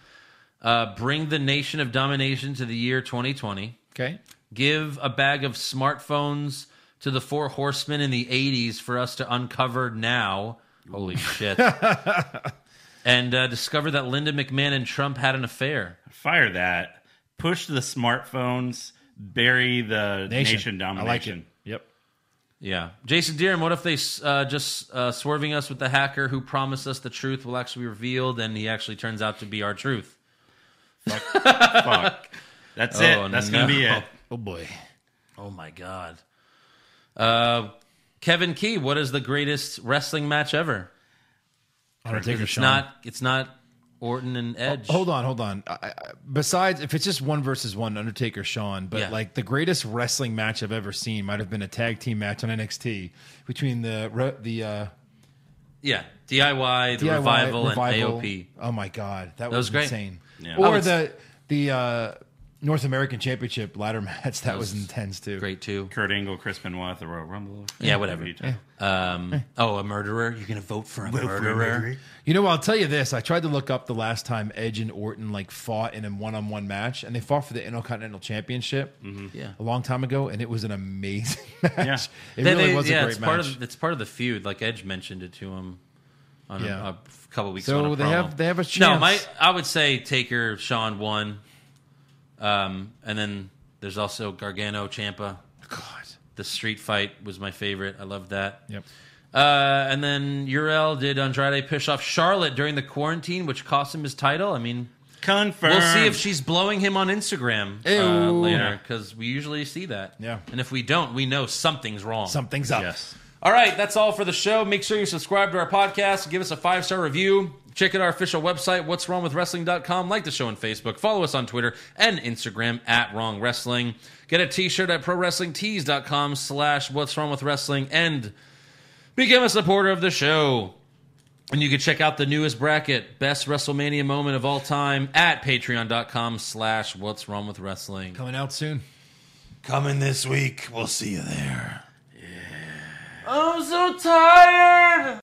Speaker 1: uh, bring the nation of domination to the year 2020.
Speaker 4: Okay.
Speaker 1: Give a bag of smartphones to the four horsemen in the 80s for us to uncover now. Holy shit! and uh, discover that Linda McMahon and Trump had an affair.
Speaker 5: fire that. Push the smartphones. Bury the nation, domination.
Speaker 4: I like it.
Speaker 1: Yeah, Jason Deerham. What if they uh, just uh, swerving us with the hacker who promised us the truth will actually be revealed, and he actually turns out to be our truth?
Speaker 5: Fuck. That's
Speaker 1: Oh,
Speaker 5: it. That's gonna be
Speaker 1: no.
Speaker 5: it.
Speaker 4: Yep. Oh boy.
Speaker 1: Oh my god. Uh, Kevin Key, what is the greatest wrestling match ever?
Speaker 4: I don't take Oh,
Speaker 1: It's not. It's not Orton and Edge.
Speaker 4: Hold on, hold on. I, I, besides, if it's just one versus one, Undertaker Shawn, but
Speaker 1: Yeah.
Speaker 4: like the greatest wrestling match I've ever seen might have been a tag team match on NXT between the re- the uh,
Speaker 1: Yeah, DIY, the
Speaker 4: DIY
Speaker 1: revival, and AOP.
Speaker 4: Oh my god, that, was,
Speaker 1: was great.
Speaker 4: insane.
Speaker 5: Yeah.
Speaker 4: Or
Speaker 1: Oh, it's-
Speaker 4: the the uh, North American Championship ladder match that was
Speaker 1: was
Speaker 4: intense too.
Speaker 1: Great too.
Speaker 5: Kurt Angle, Chris Benoit, at the Royal Rumble.
Speaker 1: Yeah, whatever.
Speaker 5: You talk-
Speaker 1: Um, oh, a murderer. You're gonna vote for a murderer.
Speaker 4: You know, I'll tell you this. I tried to look up the last time Edge and Orton like fought in a one-on-one match, and they fought for the Intercontinental Championship
Speaker 1: Yeah.
Speaker 4: a long time ago, and it was an amazing match. It
Speaker 1: They-
Speaker 4: really
Speaker 1: they-
Speaker 4: was
Speaker 1: yeah,
Speaker 4: a great
Speaker 1: it's
Speaker 4: match.
Speaker 1: part of it's part of the feud. Like Edge mentioned it to him on
Speaker 4: Yeah.
Speaker 1: a, a couple weeks.
Speaker 4: So
Speaker 1: ago on a
Speaker 4: they
Speaker 1: promo.
Speaker 4: have- they have a
Speaker 1: No,
Speaker 4: chance.
Speaker 1: my I would say Taker, Sean won, um, and then there's also Gargano, Champa.
Speaker 4: God.
Speaker 1: The street fight was my favorite. I loved that.
Speaker 4: Yep.
Speaker 1: Uh, and then Urel did Andrade push off Charlotte during the quarantine, which cost him his title. I mean,
Speaker 5: Confirm.
Speaker 1: we'll see if she's blowing him on Instagram uh,
Speaker 4: Ew.
Speaker 1: later because we usually see that.
Speaker 4: Yeah.
Speaker 1: And if we don't, we know something's wrong.
Speaker 4: Something's up.
Speaker 5: Yes.
Speaker 1: All right, that's all for the show. Make sure you subscribe to our podcast, give us a five star review, check out our official website, what's wrong with wrestling.com, like the show on Facebook, follow us on Twitter and Instagram at wrong wrestling. Get a t shirt at pro wrestling tees.com slash what's wrong with wrestling and become a supporter of the show. And you can check out the newest bracket, best WrestleMania moment of all time, at patreon.com slash what's wrong with wrestling.
Speaker 4: Coming out soon.
Speaker 1: Coming this week. We'll see you there.
Speaker 11: I'm so tired.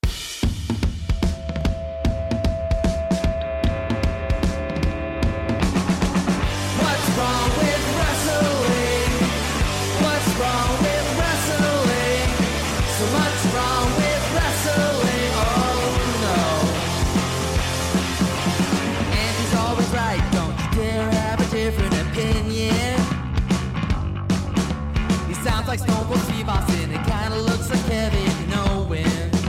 Speaker 11: What's wrong with wrestling? What's wrong with wrestling? So much wrong with wrestling. Oh no. Andy's always right. Don't you dare have a different opinion. He sounds like Stone Cold Steve Austin. It kinda looks like Kevin Owens.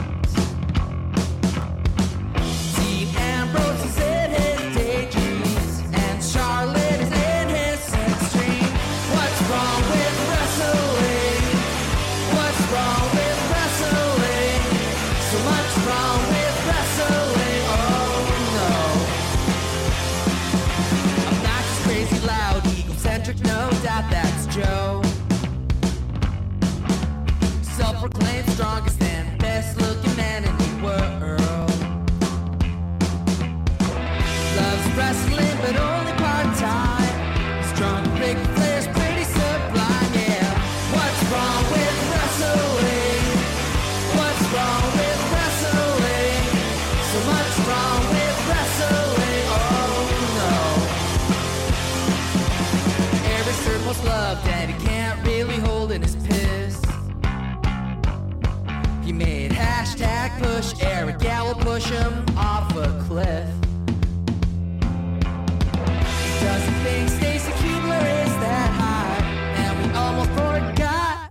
Speaker 11: Dean Ambrose is in his daydreams, and Charlotte is in his sex dream. What's wrong with wrestling? What's wrong with wrestling? So much wrong with wrestling. Oh no. Obnoxious, crazy, loud, egocentric, no doubt that's Joe. Self proclaimed strongest and best looking man in the world. Loves wrestling, but only part time. Strong big players, pretty sublime, yeah. What's wrong with wrestling? What's wrong with wrestling? So much wrong with wrestling, oh no. Every circle's love that he can't really hold in his piss. He made hashtag push Eric Gal will push him off a cliff. He doesn't think Stacy Kubler is that hot, and we almost forgot